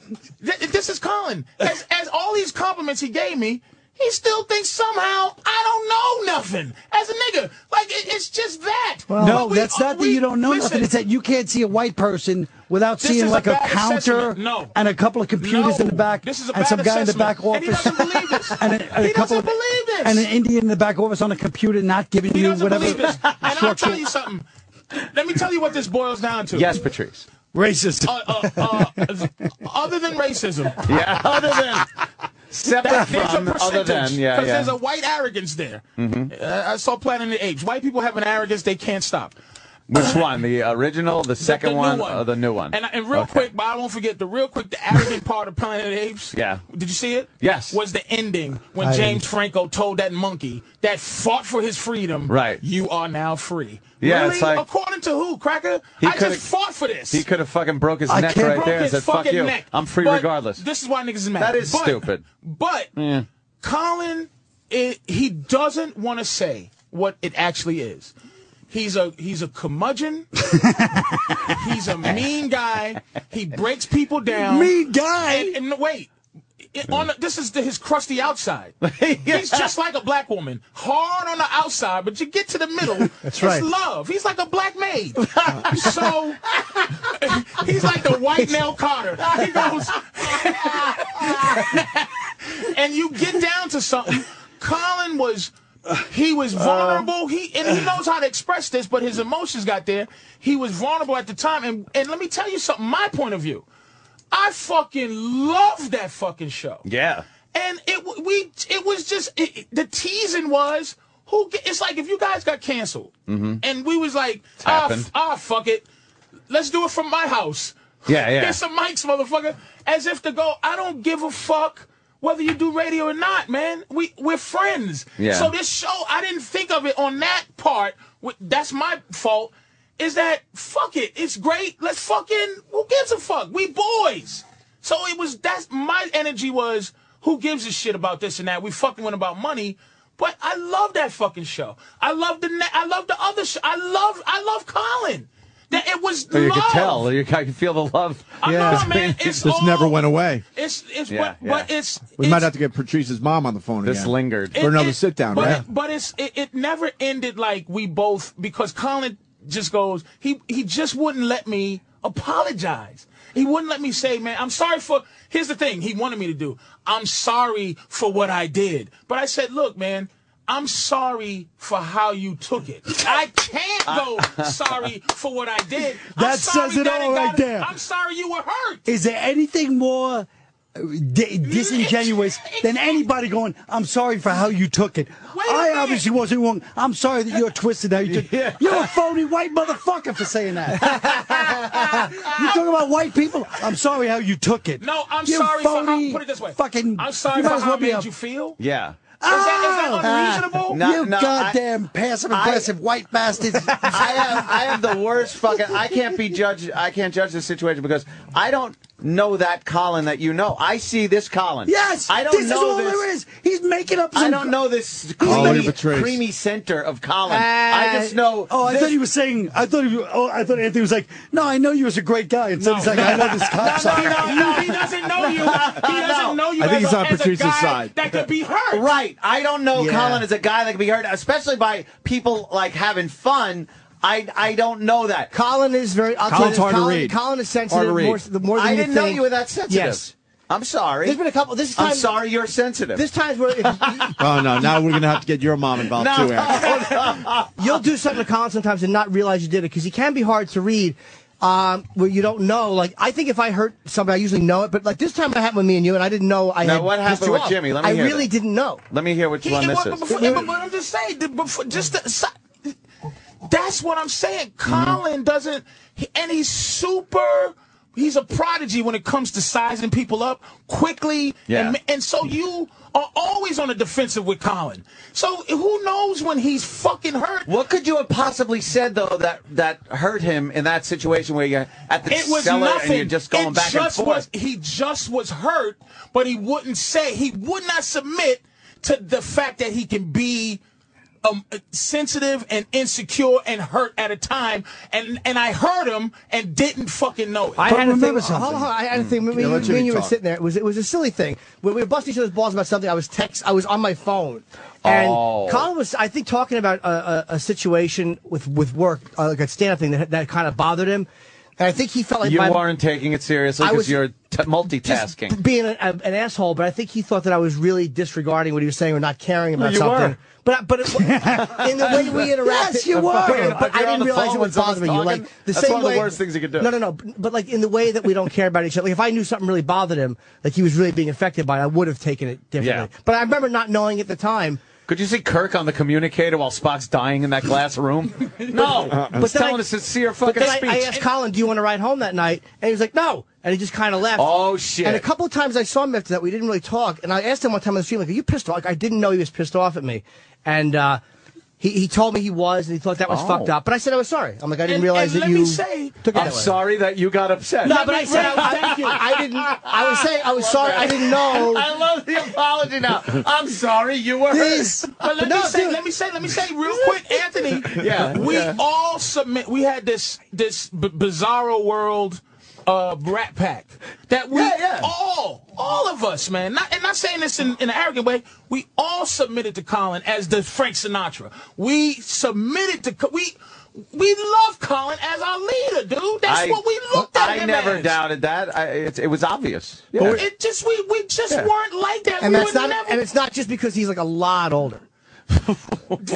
Th- this is Colin. As, as all these compliments he gave me, he still thinks somehow I don't know nothing as a nigga. Like it, it's just that. no, But we- that's not that we- you don't know listen, nothing. It's that you can't see a white person without This seeing is like a a, bad counter assessment. No. and a couple of computers No. in the back This is a and bad some guy in the assessment. back office And he doesn't believe this. and a, and a he couple doesn't of, believe this. and an Indian in the back office on a computer not giving he you doesn't whatever believe this. And I'll structure. tell you something. Let me tell you what this boils down to. Yes, Patrice. Racist. Uh, uh, uh, other than racism, Yeah, other than. Separate that, there's from, a other percentage. than, yeah, Because yeah. there's a white arrogance there. Mm-hmm. Uh, I saw Planet of the Apes. White people have an arrogance they can't stop. Which one? The original, the second the one, new or the new one? And, uh, and real Okay. quick, but I won't forget the real quick, the arrogant part of Planet of the Apes. Yeah. Did you see it? Yes. Was the ending when I James Franco told that monkey that fought for his freedom, Right. You are now free. Yeah, Really? it's like- According to who, Cracker? He I could've- just fought for this. He could have fucking broke his I neck can't- right broke there and his said, fuck fucking you. neck. I'm free But regardless. This is why niggas is mad. That is But- stupid. But Colin, it, he doesn't want to say what it actually is. He's a he's a curmudgeon. he's a mean guy. He breaks people down. Mean guy? And, and no, wait. It- on the- this is the, his crusty outside. He's just like a black woman, hard on the outside, but you get to the middle. That's right. love. He's like a black maid. so he's like the white Nell Carter. He goes, and you get down to something. Colin was. He was vulnerable. He and he knows how to express this, but his emotions got there. He was vulnerable at the time, and and let me tell you something. My point of view, I fucking love that fucking show. yeah. And it w- we it was just it, it- the teasing was who ge- it's like if you guys got canceled and we was like ah, f- happened. ah fuck it let's do it from my house Yeah, yeah. Here's some mics, motherfucker. As if to go, I don't give a fuck whether you do radio or not, man. We we're friends. Yeah. So this show, I didn't think of it on that part. wh- That's my fault. Is that fuck it? It's great. Let's fucking who gives a fuck? We boys. So it was that's my energy was who gives a shit about this and that. We fucking went about money. But I love that fucking show. I love the ne- I love the other show. I love I love Colin. That it was Oh, you love. can tell. You can, I can feel the love. I know, between- man. It's This never all- went away. It's it's Yeah, but, but yeah. it's We it's, might have to get Patrice's mom on the phone This again. lingered. for another sit down, but right? it- but it's it, it never ended like we both because Colin just goes he he just wouldn't let me apologize. He wouldn't let me say, man, I'm sorry for. Here's the thing he wanted me to do. I'm sorry for what I did, but I said, look, man. I'm sorry for how you took it. I can't go sorry for what I did. I'm That sorry says it that all right got- there. I'm sorry you were hurt. Is there anything more uh, di- disingenuous than anybody going, I'm sorry for how you took it. Wait a I minute." obviously wasn't wrong. I'm sorry that you're twisted how you took it. You're a phony white motherfucker for saying that. you talking about white people? I'm sorry how you took it. No, I'm You sorry for phony how. Put it this way. Fucking, I'm sorry you for might as how well I be made a- you feel. Is yeah. that, is Ah. that unreasonable? No, you no, I- goddamn passive aggressive white bastard. I have I have the worst fucking. I can't be judged. I can't judge this situation because I don't know that Colin that you know. I see this Colin. yes, I don't this is all know there this. is. He's making up. Some I don't know this Oh, creamy, you're betrayed. creamy center of Colin. I just know. Oh, I this- thought he was saying. I thought he. Was, oh, I thought Anthony was like, no, I know you was a great guy, and so he's like, I know this cop. No, no, no, he doesn't know you. He doesn't know you I think as, he's a, on as a Patrice's guy side. that could be hurt. Right. I don't know Yeah. Colin is a guy that can be hurt, especially by people like having fun. I I don't know that. Colin is very. I'll Colin's tell hard you, this, to Colin, read. Colin is Hard to sensitive read. more, the more than I you didn't know think. you were that sensitive. Yes. I'm sorry. There's been a couple. This time. I'm sorry you're sensitive. This time's where if- oh no! Now we're gonna have to get your mom involved No. too. Eric. you'll do something to Colin sometimes and not realize you did it because he can be hard to read. Um, where you don't know, like I think if I hurt somebody, I usually know it. But like this time, it happened with me and you, and I didn't know I Now, had what happened pissed you with off. Jimmy? Let me I hear really that. didn't know. Let me hear which He, one it this wasn't is. before- but what I'm just saying, the- before- just the, si- that's what I'm saying. Mm-hmm. Colin doesn't, he- and he's super. He's a prodigy when it comes to sizing people up quickly, Yeah. and, and so you are always on the defensive with Colin. So who knows when he's fucking hurt? What could you have possibly said though that that hurt him in that situation where you're at the It was cellar nothing. and you're just going It back just and forth? was- he just was hurt, but he wouldn't say. He would not submit to the fact that he can be um, sensitive and insecure and hurt at a time. And and I heard him and didn't fucking know it. I But had a thing. remember Hold something. on, I had a thing. Me, Yeah, me let Jimmy and you were talk. sitting there. It was it was a silly thing. We, we were busting each other's balls about something. I was text. I was on my phone, and Oh. Colin was, I think, talking about a, a, a situation with with work, uh, like a stand-up thing that that kind of bothered him. And I think he felt like you my, weren't taking it seriously I because was you're t- just multitasking. being a, a, an asshole. But I think he thought that I was really disregarding what he was saying or not caring about you something. were. But I- but it, in the way we interacted, Yes, you were. But, But I you're on didn't the realize phone it when was someone's bothering you. talking? Like the That's same one of the way- worst things you could do. No, no, no. But like in the way that we don't care about each other. Like if I knew something really bothered him, like he was really being affected by it, I would have taken it differently. Yeah. But I remember not knowing at the time. Could you see Kirk on the communicator while Spock's dying in that glass room? no, he's then telling I- a sincere But fucking then speech. I, I asked Colin, "Do you want to ride home that night?" And he was like, "No," and he just kind of left. Oh, shit. And a couple of times I saw him after that. We didn't really talk. And I asked him one time on the street, like, "Are you pissed off?" Like, I didn't know he was pissed off at me, and uh, he he told me he was, and he thought that was Oh. fucked up. But I said I was sorry. I'm like, I didn't And- realize and that let you me say, took it I'm that way. sorry that you got upset. No, but I said I, Thank you. I, I didn't. I was saying I was sorry. I didn't know. I love the apology now. I'm sorry you were This- But let No, me say, dude. let me say, let me say real quick, Anthony. Yeah, we yeah. all submit. We had this this b- bizarro world uh rat pack that we Yeah, yeah. all all of us man not, and not saying this in, in an arrogant way we all submitted to colin as the frank sinatra we submitted to Co- we we love colin as our leader dude that's I- what we looked at I him never as. doubted that. I, it, it was obvious. Yeah. it just we we just Yeah. weren't like that And we that's would not. never And it's not just because he's like a lot older. than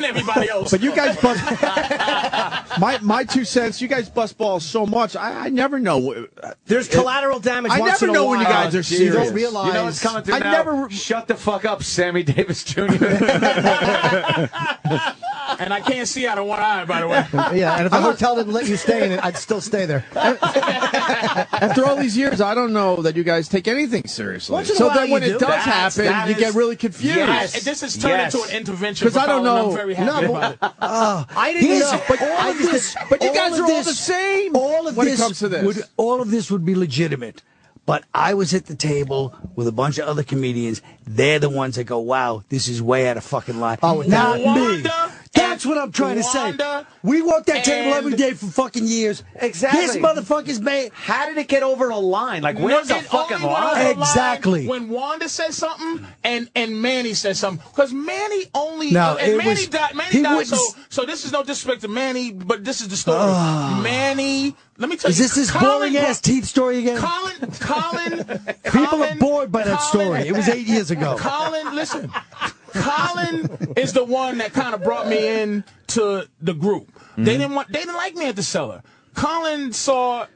everybody else But you guys bust my my two cents. You guys bust balls so much. I, I never know. There's collateral damage. I once never in a know when you while. guys are You serious. don't realize. You know what's coming through I now? never- Shut the fuck up, Sammy Davis Jr. and I can't see out of one eye, by the way. Yeah, and if the hotel didn't let you stay in it, I'd still stay there. After all these years, I don't know that you guys take anything seriously. Once in a so while then when you it do. does That's- happen, that you is- get really confused. Yes. And This has turned Yes. into an intervention 'Cause for I don't Paolo, and know- I'm very happy No, about it. I didn't know. But, all I of just- this- but you all guys of are all this- the same All of when this it comes to this. would all of this would be legitimate, but I was at the table with a bunch of other comedians. They're the ones that go, "Wow, this is way out of fucking line." Oh, it's not me. Wanda That's and- what I'm trying to say. Wanda We worked that table and- every day for fucking years. Exactly. This motherfucker's made. How did it get over a line? Like, where's No, the it fucking only went over line? the line Exactly. When Wanda said something and and Manny said something, because Manny only No, and it Manny was- died. Manny he died. wouldn't So s- so this is no disrespect to Manny, but this is the story. Manny, let me tell Is you, this his Colin boring brought- ass teeth story again? Colin, Colin, People Colin- are bored by that Colin- story. It was eight years ago. Colin, listen. Colin is the one that kind of brought me in to the group. Mm-hmm. They didn't want. They didn't like me at the cellar. Colin saw.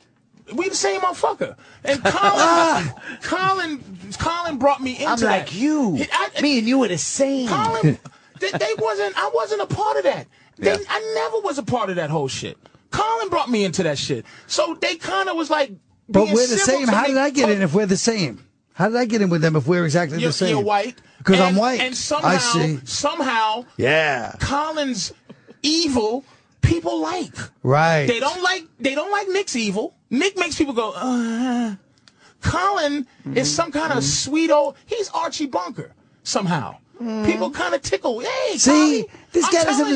We the same motherfucker. And Colin, Colin, Colin brought me into I'm that. like you. He- I- Me and you were the same. Colin, they, they wasn't. I wasn't a part of that. They, Yeah. I never was a part of that whole shit. Colin brought me into that shit. So they kind of was like. But being we're the civil same. to How me. did I get Oh, in if we're the same? How did I get in with them if we're exactly you're, the same? you're white. Because And- I'm white. And somehow, I see. somehow, Yeah. Colin's evil people like. Right. They don't like. They don't like Nick's evil. Nick makes people go. Uh. Colin Mm-hmm. is some kind of sweet old. He's Archie Bunker somehow. People kind of tickle. Hey, Mm. See, Colin, this I'm guy doesn't telling you.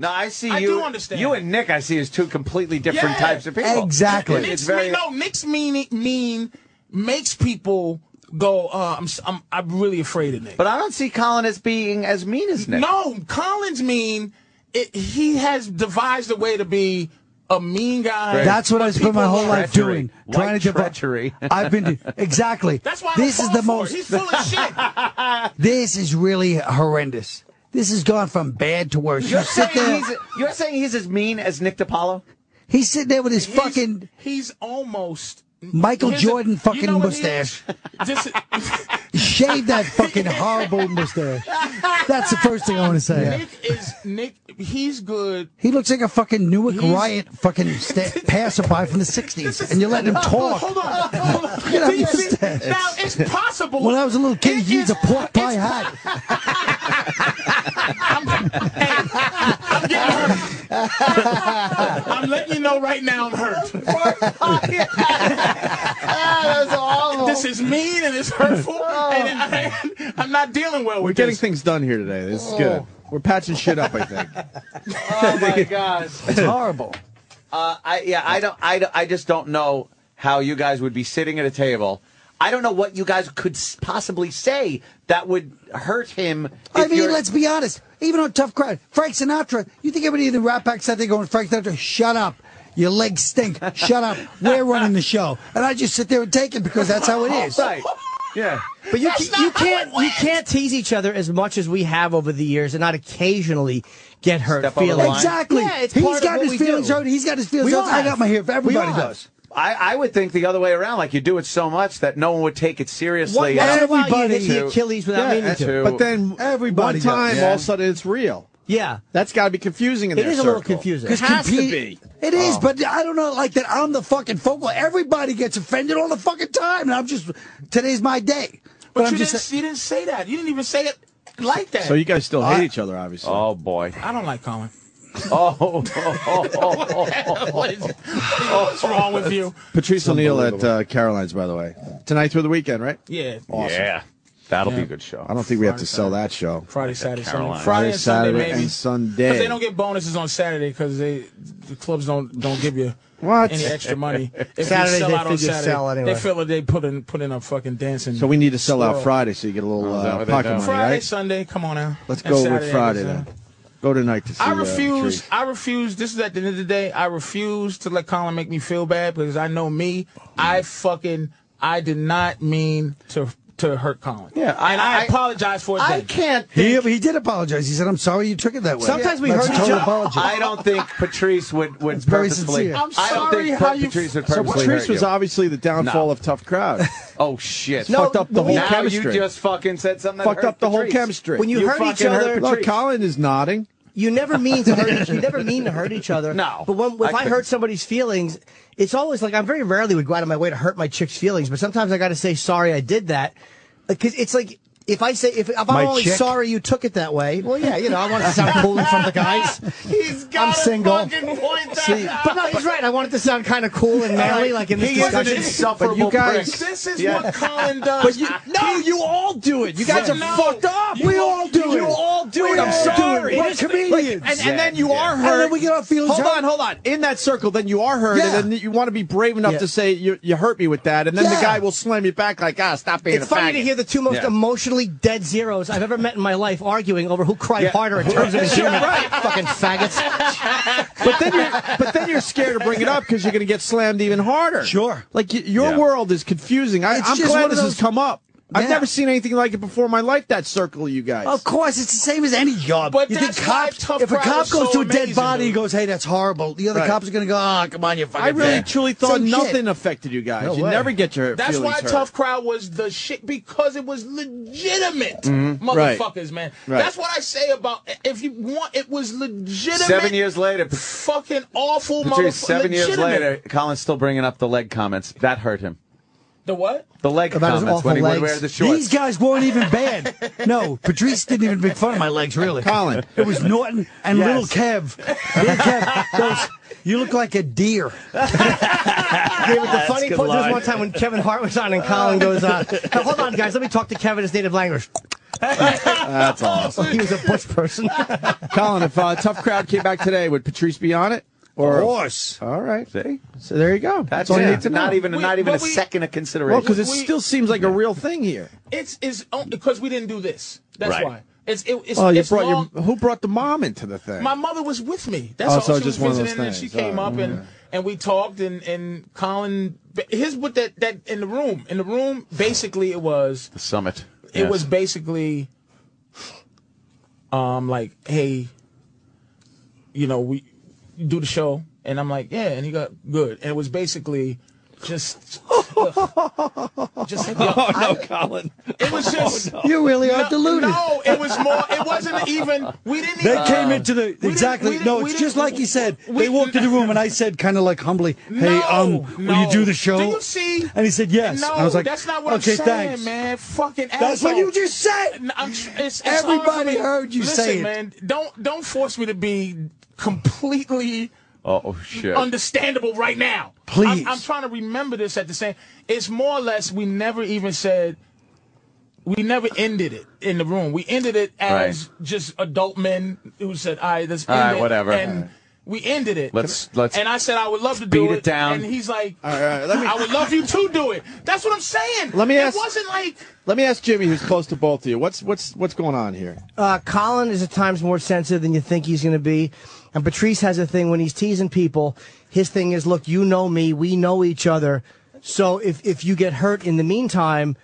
No, I see I you. do understand. You and Nick, I see, as two completely different Yeah. types of people. Exactly. It- It's Nick's very. mean, no, Nick's mean mean makes people go. Uh, I'm, s- I'm I'm really afraid of Nick. But I don't see Colin as being as mean as Nick. No, Collins mean it, he has devised a way to be a mean guy. Right. That's what I spent my people whole like. life Treachery. doing. Like trying to devo- treachery. I've been to, exactly. That's why I this don't is fall the for most. It. He's full of shit. This is really horrendous. This has gone from bad to worse. You You're sit saying, there. he's, you're saying he's as mean as Nick DiPaolo? He's sitting there with his He's- fucking He's almost Michael Here's Jordan you fucking know what he mustache. is? This is- shave that fucking horrible. Horrible mustache. That's the first thing I want to say. Nick is Nick. He's good. He looks like a fucking Newark He's- riot fucking sta- passerby from the This '60s, is- and you're letting him No, talk. Hold on. Hold on. Get out Do you of see- mustache. Now it's possible. When I was a little kid, It he used a is- pork pie it's- hat. I'm, hey, I'm getting hurt. I'm letting you know right now I'm hurt. That's awful. This is mean and it's hurtful, Oh, and I, I'm not dealing well We're with getting this. things done here today. This Oh. is good. We're patching shit up, I think. Oh my gosh. It's horrible. Uh, I yeah, I don't, I don't- I just don't know how you guys would be sitting at a table. I don't know what you guys could s- possibly say that would hurt him. I if mean, you're- let's be honest. Even on tough crowd, Frank Sinatra. You think everybody in the Rat Pack sat there going, "Frank Sinatra, shut up." Your legs stink. Shut up. We're running the show, and I just sit there and take it because that's how it is. Right. Yeah. But you, ca- you can't you can't tease each other as much as we have over the years and not occasionally get hurt Step over the feelings. line. Exactly. Yeah, it's He's part of got what his we feelings do. hurt. He's got his feelings We hurt. all I have. got my hair. Everybody We all have. does. I, I would think the other way around. Like you do it so much that no one would take it seriously. Once in a while, you Everybody hit the to- Achilles without Yeah, meaning and- to. to- But then Everybody one time, does. all of a sudden, it's real. Yeah, That's got to be confusing in it their is a little circle. confusing. It has to be. It is, but I don't know. Like that, I'm the fucking focal. Everybody gets offended all the fucking time, and I'm just today's my day. But, I'm you, just didn't, you didn't say that. You didn't even say it like that. So you guys still hate each other, obviously. Oh boy. I don't like Colin. Oh. what is, what's wrong with you? Patrice O'Neill at uh, Caroline's, by the way. Tonight through the weekend, right? Yeah. Yeah. That'll be a good show. I don't think we have to sell that show. Friday, Saturday, Caroline. Sunday. Friday Friday, and Saturday, Sunday, maybe. and Sunday. Because they don't get bonuses on Saturday because they the clubs don't don't give you What? any extra money. If you Saturday, sell they out on figure Saturday, sell anyway. they feel that they put in put in a fucking dancing. So we need to sell out Squirrel. Friday so you get a little is that uh, what Oh, they pocket do? money, Friday, right? Sunday. Come on now. Let's And go Saturday, with Friday Sunday. then. Go tonight to see I uh, refuse. Patrice. I refuse. This is at the end of the day. I refuse to let Colin make me feel bad because I know me. I fucking. I did not mean to to hurt Colin. Yeah, I- and I, I- apologize for it. I then. can't. he, he did apologize. He said, "I'm sorry you took it that way." Sometimes we That's hurt a total each other. apology. I don't think Patrice would would very purposefully. sincere. I'm I don't sorry think how Pat- you- Patrice would So purposely Patrice hurt you. was obviously the downfall No. of Tough Crowd. Oh shit! No, fucked up the when whole we- now chemistry. you just fucking said something. That fucked hurt up the whole Patrice. chemistry. When you hurt each fucking other- Look, Patrice. Colin is nodding. you never mean to hurt. you never mean to hurt each other. No. But when, if I I, hurt somebody's feelings, it's always like I'm very rarely would go out of my way to hurt my chick's feelings, but sometimes I got to say sorry I did that because it's like. If I say if, if I'm My only chick? sorry you took it that way, well, yeah, you know, I wanted to sound cool in front of the guys. He's got I'm single. point See, but no, he's right. I wanted to sound kind of cool and manly, like in this He is an discussion. insufferable But you guys- prick. This is what Colin does. But you, no, you all do it. You guys are No. fucked up. You we all all do it. You all do it. I'm sorry. We're comedians. and, and then you Yeah. are And hurt. then we get our feelings Hold hurt. on, hold on. In that circle, then you are hurt, Yeah. and then you want to be brave enough Yeah. to say you, you hurt me with that, and then Yeah. the guy will slam you back like, ah, stop being It's a funny to faggot." hear the two most Yeah. emotionally dead zeros I've ever met in my life arguing over who cried harder in terms of achievement. Fucking faggots. but then you're but then you're scared to bring it up because you're going to get slammed even harder. Sure. Like y- your Yeah. world is confusing. I, It's I'm just glad one of this has those- come up. Yeah. I've never seen anything like it before in my life. That circle, you guys. Of course, it's the same as any job. But you think that's why cops- tough if a crowd cop is goes so to a dead amazing, body and dude. goes, "Hey, that's horrible," the other Right. cops are going to go, "Ah, come on, you fucking." I really dick." truly thought Some shit. nothing affected you guys. you way. never get your That's feelings why hurt. Tough Crowd was the shit because it was legitimate, Mm-hmm. Right. motherfuckers, man. Right. That's what I say about if you want. It was legitimate. Seven years later. Fucking awful, Patrice, motherfucker. seven years later, Colin's still bringing up the leg comments. That hurt him. The what? The leg About his comments when he awful would legs. wear the shorts. These guys weren't even bad. No, Patrice didn't even make fun of my legs, really. Colin. It was Norton and Yes. little Kev. Little Kev goes, You look like a deer. David, the funny part was one time when Kevin Hart was on and Colin goes on. Now, hold on, guys. Let me talk to Kevin in his native language. That's awesome. Oh, He was a bush person. Colin, if uh, Tough Crowd came back today, would Patrice be on it? Or Horse. all right, See? so there you go. That's all it. you need to know. not even We- not even a but we- second of consideration. well, because it We- still seems like a real thing here. It's is because we didn't do this. That's Right. why. It's it, it's. Oh, you it's brought long, your who brought the mom into the thing? My mother was with me. That's Oh, all. so she just one was of those visiting, and she things. came All up right. Mm-hmm. and and we talked, and and Colin. Here's what that that in the room. In the room, basically, it was. the summit. it Yes. was basically um like hey you know we do the show and i'm like yeah and he got good and it was basically just just like, yo, no, Colin. it was just You really are no, deluded. no it was more it wasn't even we didn't They even came into the didn't- exactly Uh, we didn't- no. we It's just didn't- like you said. we- they walked in the room and I said, kind of like humbly, "Hey, No, um, will no. you do the show?" Do you see? And he said, "Yes." no I was like, that's not what okay, i'm saying thanks. man fucking That's what asshole. you just said. N- I'm, tr- it's, it's Everybody hard for me- heard you Listen, say it. man. Don't don't force me to be completely Oh shit. understandable right now. Please. I'm, I'm trying to remember this at the same. It's more or less we never even said. We never ended it in the room. We ended it as just adult men who said, "All right, let's All end right, it." whatever. And All right. we ended it. Let's- let's And I said, "I would love to beat do it it." down. And he's like, right, let me- "I would love you to do it." That's what I'm saying. Let me It ask- wasn't like Let me ask Jimmy, who's close to both of you. What's what's what's going on here? Uh, Colin is at times more sensitive than you think he's going to be. And Patrice has a thing when he's teasing people. His thing is, look, you know me. We know each other. So if, if you get hurt in the meantime,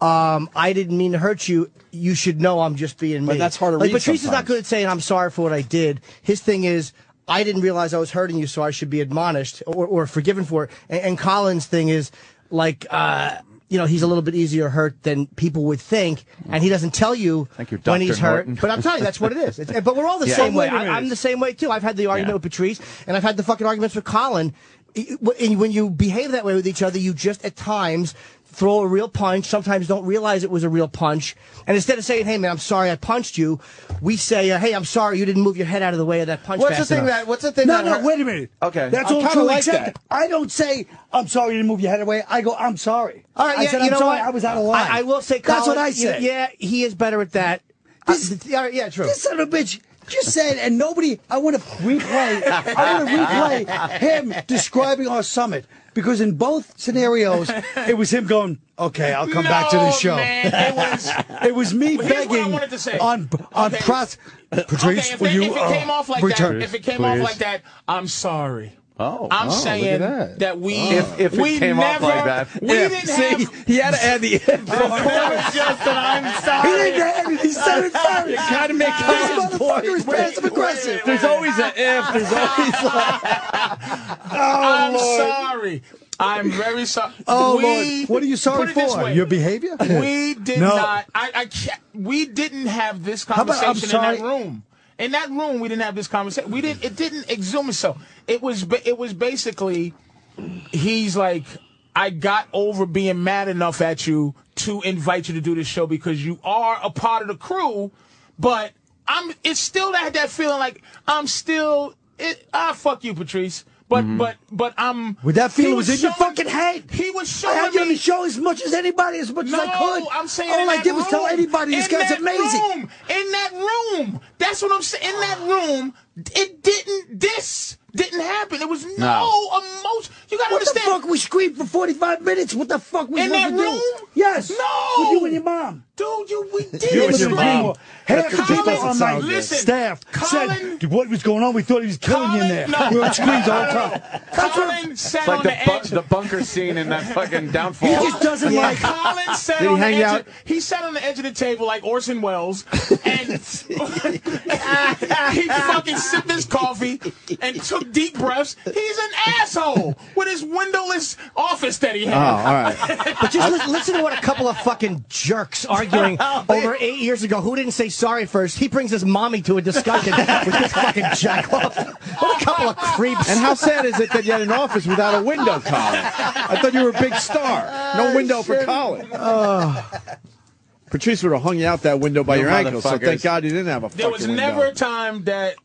um, I didn't mean to hurt you. You should know I'm just being me. But that's hard to Like read Patrice is not sometimes. good at saying I'm sorry for what I did. His thing is I didn't realize I was hurting you, so I should be admonished or, or forgiven for it. And, and Colin's thing is like uh, you know he's a little bit easier hurt than people would think, and he doesn't tell you Thank you, when Dr. he's hurt. Norton. But I'm telling you that's what it is. It's, but we're all the Yeah. same Oh, wait way. a I, minute. I'm the same way too. I've had the argument Yeah. with Patrice, and I've had the fucking arguments with Colin. I- And when you behave that way with each other, you just at times throw a real punch. Sometimes don't realize it was a real punch. And instead of saying, "Hey man, I'm sorry I punched you," we say, uh, "Hey, I'm sorry you didn't move your head out of the way of that punch." what's the fast thing enough." that? What's the thing No, that? no, hurt- wait a minute. Okay. that's I all kinda true. like except that. I don't say I'm sorry you didn't move your head away. I go I'm sorry. All right, I yeah, said you I'm know sorry. what? I was out of line. I, I will say, that's Colin, what I you- said. Yeah, he is better at that. Uh, This- th- yeah, yeah, true. This son of a bitch just said, and nobody. I want to replay. I want to replay him describing our summit because in both scenarios, it was him going, "Okay, I'll come back to no, the show." Man, it was. It was me Well, here's what I begging wanted to say. on on Okay. pros. Okay, Patrice, if, will it, you if it uh, came off like return? that, if it came off like that, I'm sorry. Oh, I'm oh, look saying at that. that. we If- if it we came never, off like that. we Yeah, didn't see, have. he had to add the end. I'm He sorry. didn't have it. He said it first. Gotta make This Colin's point. motherfucker is passive aggressive. There's always an if. There's always like, I'm sorry. I'm very sorry. Oh we, Lord, what are you sorry put it this for? way. Your behavior? We did No. not. I, I can't. We didn't have this about I'm conversation in sorry? that room. In that room, we didn't have this conversation. We didn't. It didn't exhume itself. It was. ba- It was basically. He's like, I got over being mad enough at you to invite you to do this show because you are a part of the crew, but I'm. It's still that that feeling like I'm still. It, ah, fuck you, Patrice. But but but I'm. With Mm-hmm. that feeling he was in your showing- fucking head. He was showing I had you on me the show as much as anybody, as much no, as I could. I'm saying all in I that did was tell room. anybody this In guy's that amazing. Room, in that room, that's what I'm saying. In that room, it didn't. This didn't happen. It was no, emotion. You gotta What the understand. fuck? We screamed for 45 minutes. What the fuck was In left that to do? room? Yes. No! With you and your mom. Dude, you we did You it. and your Colin, mom. Colin, Half the people Colin, on my listen, staff Colin, said what was going on. We thought he was killing you in there. Colin, no. We were on screens all the No, no, time. no. That's what- Colin sat It's like on the, the, bu- edge. the bunker scene in that fucking downfall. He just doesn't Yeah. like. Colin sat Did he on the hang edge. out? Of, he sat on the edge of the table like Orson Welles, and he fucking sipped his coffee and took deep breaths. He's an asshole with his windowless office that he Oh, had. all right. But just listen, listen to what a couple of fucking jerks arguing over eight years ago. Who didn't say sorry first? He brings his mommy to a discussion with this fucking jackoff. What a couple of creeps. And how sad is it that you had an office without a window, Colin? I thought you were a big star. Oh, No window for Colin. Patrice would have hung you out that window by You your ankles. So motherfuckers. thank God you didn't have a. There was fucking never a window. time that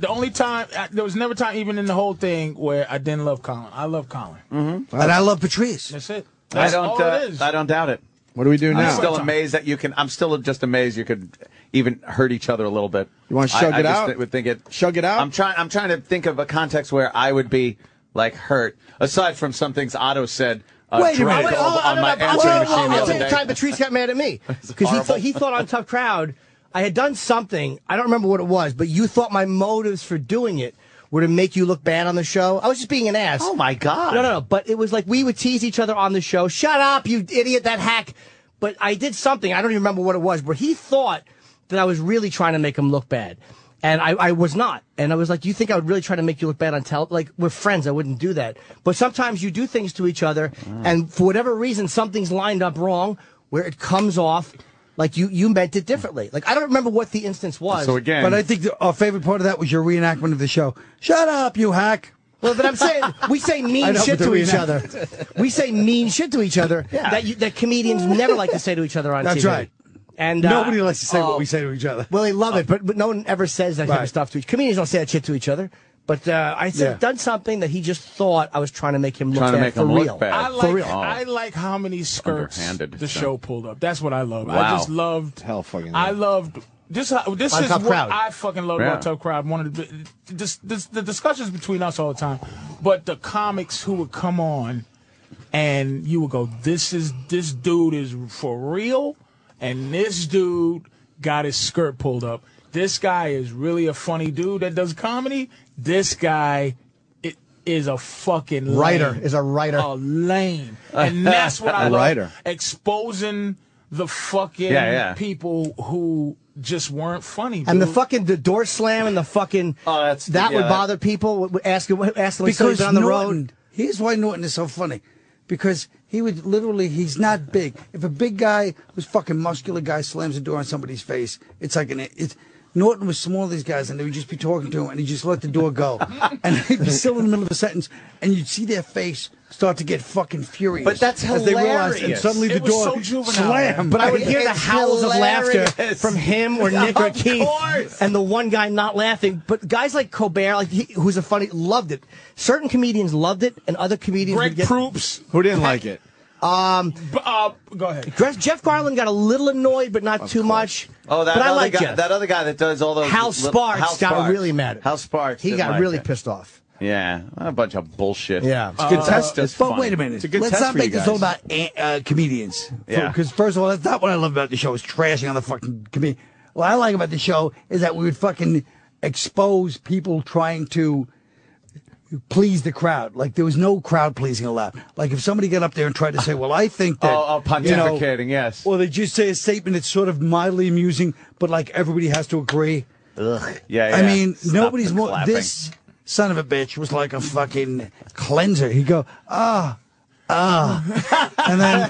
the only time I- there was never a time even in the whole thing where I didn't love Colin. I love Colin. Mm-hmm. And I love Patrice. That's it. I That's don't. all it Uh, is. I don't doubt it. What do we do I'm now? still amazed that you can. I'm still just amazed you could even hurt each other a little bit. You wanna I- shug I it just out? thi- Would think it. Shug it out? I'm trying. I'm trying to think of a context where I would be like hurt. Aside from some things Otto said. Uh, Wait a drunk minute. over- Oh, on my I'll answering tell machine you- the I'll tell other you the day. time Patrice got mad at me because he horrible. thought he thought on Tough Crowd I had done something. I don't remember what it was, but you thought my motives for doing it were to make you look bad on the show. I was just being an ass. Oh my god. No, no, no. But it was like we would tease each other on the show. Shut up, you idiot, that hack. But I did something. I don't even remember what it was. But he thought that I was really trying to make him look bad. And I, I was not. And I was like, you think I would really try to make you look bad on tele? Like, we're friends. I wouldn't do that. But sometimes you do things to each other. Ah. And for whatever reason, something's lined up wrong where it comes off like you, you meant it differently. Like, I don't remember what the instance was. So again, But I think the, our favorite part of that was your reenactment of the show. Shut up, you hack. Well, but I'm saying we say I mean know, shit but to we each not. other. We say mean shit to each other that you, that comedians never like to say to each other on That's TV. right. And uh, Nobody likes to say what we say to each other. Well, they love it, but, but no one ever says that kind Right. of stuff to each. Comedians don't say that shit to each other. But uh, I said Yeah. done something that he just thought I was trying to make him look Trying to bad make for him look real. bad. I For like, real. I like how many skirts Underhanded, the so. show pulled up. That's what I loved. I Wow. just loved. Hell fucking I yeah. loved. This uh, this On is Tough what Crowd. I fucking love Yeah. about Tough Crowd. One of the, this, this, the discussions between us all the time, but the comics who would come on, and you would go, "This is this dude is for real," and this dude got his skirt pulled up. This guy is really a funny dude that does comedy. This guy i- is a fucking Writer lame is a writer. a lame, and that's what I A love. writer. Exposing the fucking Yeah, yeah. people who just weren't funny. Dude. and the fucking the door slam and the fucking Oh, that's- that yeah, would that- bother people. would- would Ask ask them because on the road. Here's why Norton is so funny, because he would literally he's not big. If a big guy who's fucking muscular guy slams a door on somebody's face, it's like an it's. Norton was small, these guys, and they would just be talking to him, and he just let the door go. and he'd be still in the middle of a sentence, and you'd see their face start to get fucking furious. But that's as they realized, and hilarious. suddenly It the was door so juvenile, slam. man. But I would hear the It's howls of laughter hilarious. from him or Nick or Of Keith, course. and the one guy not laughing. But guys like Colbert, like he, who's a funny, loved it. Certain comedians loved it, and other comedians Greg would get. Proops. Who didn't like it? b- Uh, go ahead. Jeff- Jeff Garland got a little annoyed, but not too much. Oh, that but I other like guy. Jeff. That other guy that does all those. Hal little- Sparks Hal got Sparks. really mad. At Hal Sparks. He didn't got like really it. pissed off. Yeah, a bunch of bullshit. Yeah. it's a good test. Uh, But It's fun. wait a minute. It's a good Let's test not for you make this guys. all about eh, uh, comedians. Yeah. Because first of all, that's not what I love about the show. Is trashing on the fucking comedian. What I like about the show is that we would fucking expose people trying to please the crowd. Like there was no crowd pleasing allowed. Like if somebody got up there and tried to say, "Well, I think that," Oh, oh, you know, pontificating, yes. Or they just say a statement that's sort of mildly amusing, but like everybody has to agree. Yeah, yeah. I mean, Stop nobody's the more. clapping. This son of a bitch was like a fucking cleanser. He'd go, ah, ah. And then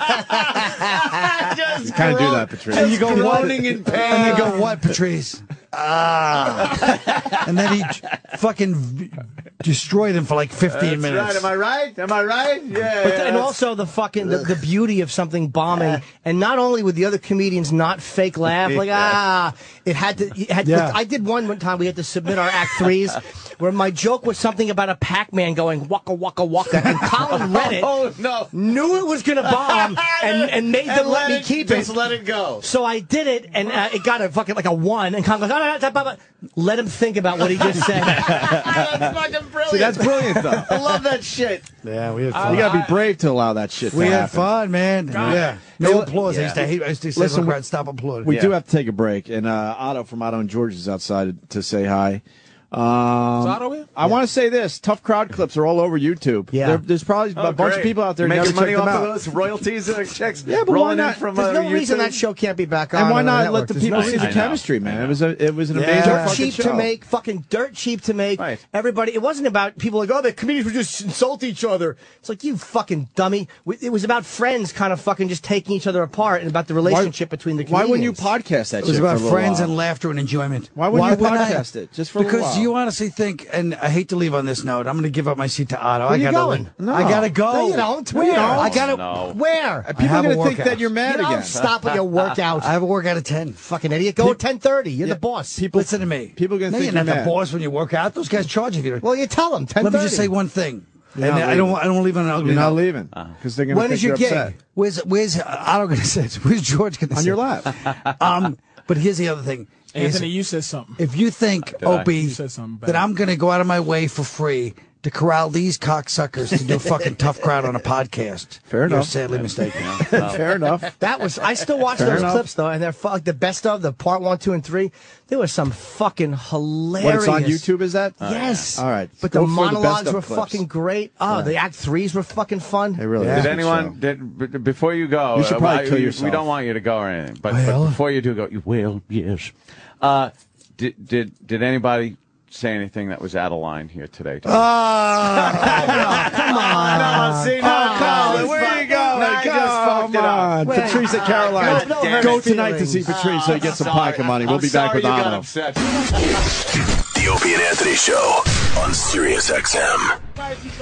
You kind of do that, Patrice. and you go, what? And they go, what, Patrice? ah. and then he j- fucking v- destroyed him for like 15 minutes. Right, am I right? Am I right? Yeah. But and also the fucking the, the beauty of something bombing, and not only would the other comedians not fake laugh like ah, it had to. It had, Yeah. I did one one time. We had to submit our act threes, where my joke was something about a Pac-Man going waka waka waka, and Colin read it, Oh no. knew it was gonna bomb, and and made them And let, me it- keep just it. let it go. So I did it, and uh, it got a fucking like a one. And Colin goes, oh, no, no, no, no, no." let him think about what he just said. that's fucking brilliant. See, that's brilliant, though. I love that shit. Yeah, Ah, we had you got to be brave to allow that shit We to had happen. fun, man. Yeah. No Yeah. applause. I used to hate. I used to say, Listen, "Look we- around, stop applauding. We Yeah. do have to take a break, and uh, Otto from Otto and George is outside to say hi. Um, Otto here? I want to say this: tough crowd clips are all over YouTube. Yeah. There- there's probably a bunch of people out there who Oh, making never money checked off them of out. those royalties and checks. Yeah, but why rolling in not? From, There's uh, no YouTube. reason that show can't be back on. And why on the not let network. the There's no people see reason. the I know. chemistry, man? It was a, it was an amazing dirt fucking cheap show. to make, fucking dirt cheap to make. Right. Everybody, it wasn't about people like, oh, the comedians would just insult each other. It's like, you fucking dummy. We- It was about friends kind of fucking just taking each other apart and about the relationship between the Why wouldn't comedians. you podcast that? It was shit about for a little friends while? and laughter and enjoyment. Why wouldn't you I? podcast it? Just for a little because while. you honestly think, and I hate to leave on this note. I'm going to give up my seat to Otto. I you gotta going? leave. I gotta go. No, you don't. Where? Where? I gotta. No. Where? People have are a gonna think workout. that you're You mad don't again. stop with your workout. I have a workout at ten. fucking idiot. Go at 1030. You're the boss. People- Listen to me. people are gonna no, think you're not you're the mad. boss when you work out. Those guys charge you. if you don't- well, you tell them. 1030. Let me just say one thing. And not I don't. I don't leave on an ugly You're note. not leaving because they're gonna. When think is your you're gig? upset. Where's where's Otto gonna sit? Where's George gonna sit? On your lap. um, but here's the other thing. is- Anthony, you said something. if you think, I? Opie, You said something bad. that I'm going to go out of my way for free to corral these cocksuckers to do a fucking tough crowd on a podcast, Fair you're enough. sadly mistaken. Fair enough. That was. I still watch those enough. clips though, and they're fu- like the best of the part one, two, and three. There was some fucking hilarious. When it's on YouTube, is that? Yes. All right. But Go the for the best monologues of were clips. fucking great. Oh, the act threes were fucking fun. It really. Yeah. is Did a good anyone? show. Did, b- before you go, You should uh, probably I- kill you- We yourself. don't want you to go or anything, but, Well. but before you do go, you will. Yes. Uh, did did did anybody say anything that was out of line here today? Ah, Oh, see, now, Colin, where you going? Now you just fucked it up. Patrice at Carolina. God damn Go it. tonight to see Patrice so he gets some pocket money. We'll I'm be back sorry with you got Otto. upset. The Opie and Anthony Show on Sirius XM.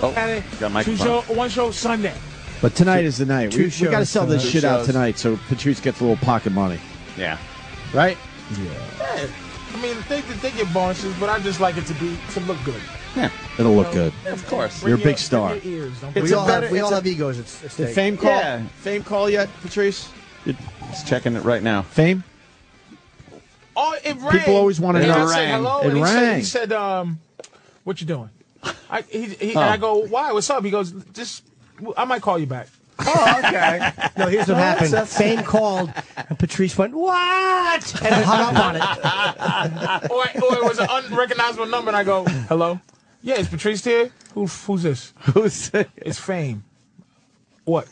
Oh, got a Two microphone. show, one show Sunday. But tonight is the night. We, we got to shows sell this tonight. shit out Shows. tonight so Patrice gets a little pocket money. Yeah. Right? Yeah. I mean, they, they get bonuses, but I just like it to be to look good. It'll look good. Of course, You're a big star. Your ears. Don't It's We a all better- have we it's all a- have egos. It's, it's Did fame call? Yeah. Fame call yet, Patrice? It's checking it right now. Fame? Oh, it rang. People always wanna And know. I It said rang. hello, It and he said, rang. he said, um, "What you doing?" I, he, he, and I go, "Why? What's up?" He goes, "Just, I might call you back." Oh, okay. No, here's what happened. Fame called, and Patrice went what, and hung up on it. or, or it was an unrecognizable number, and I go, "Hello, yeah, is Patrice here? Who, who's this? Who's It's Fame. What?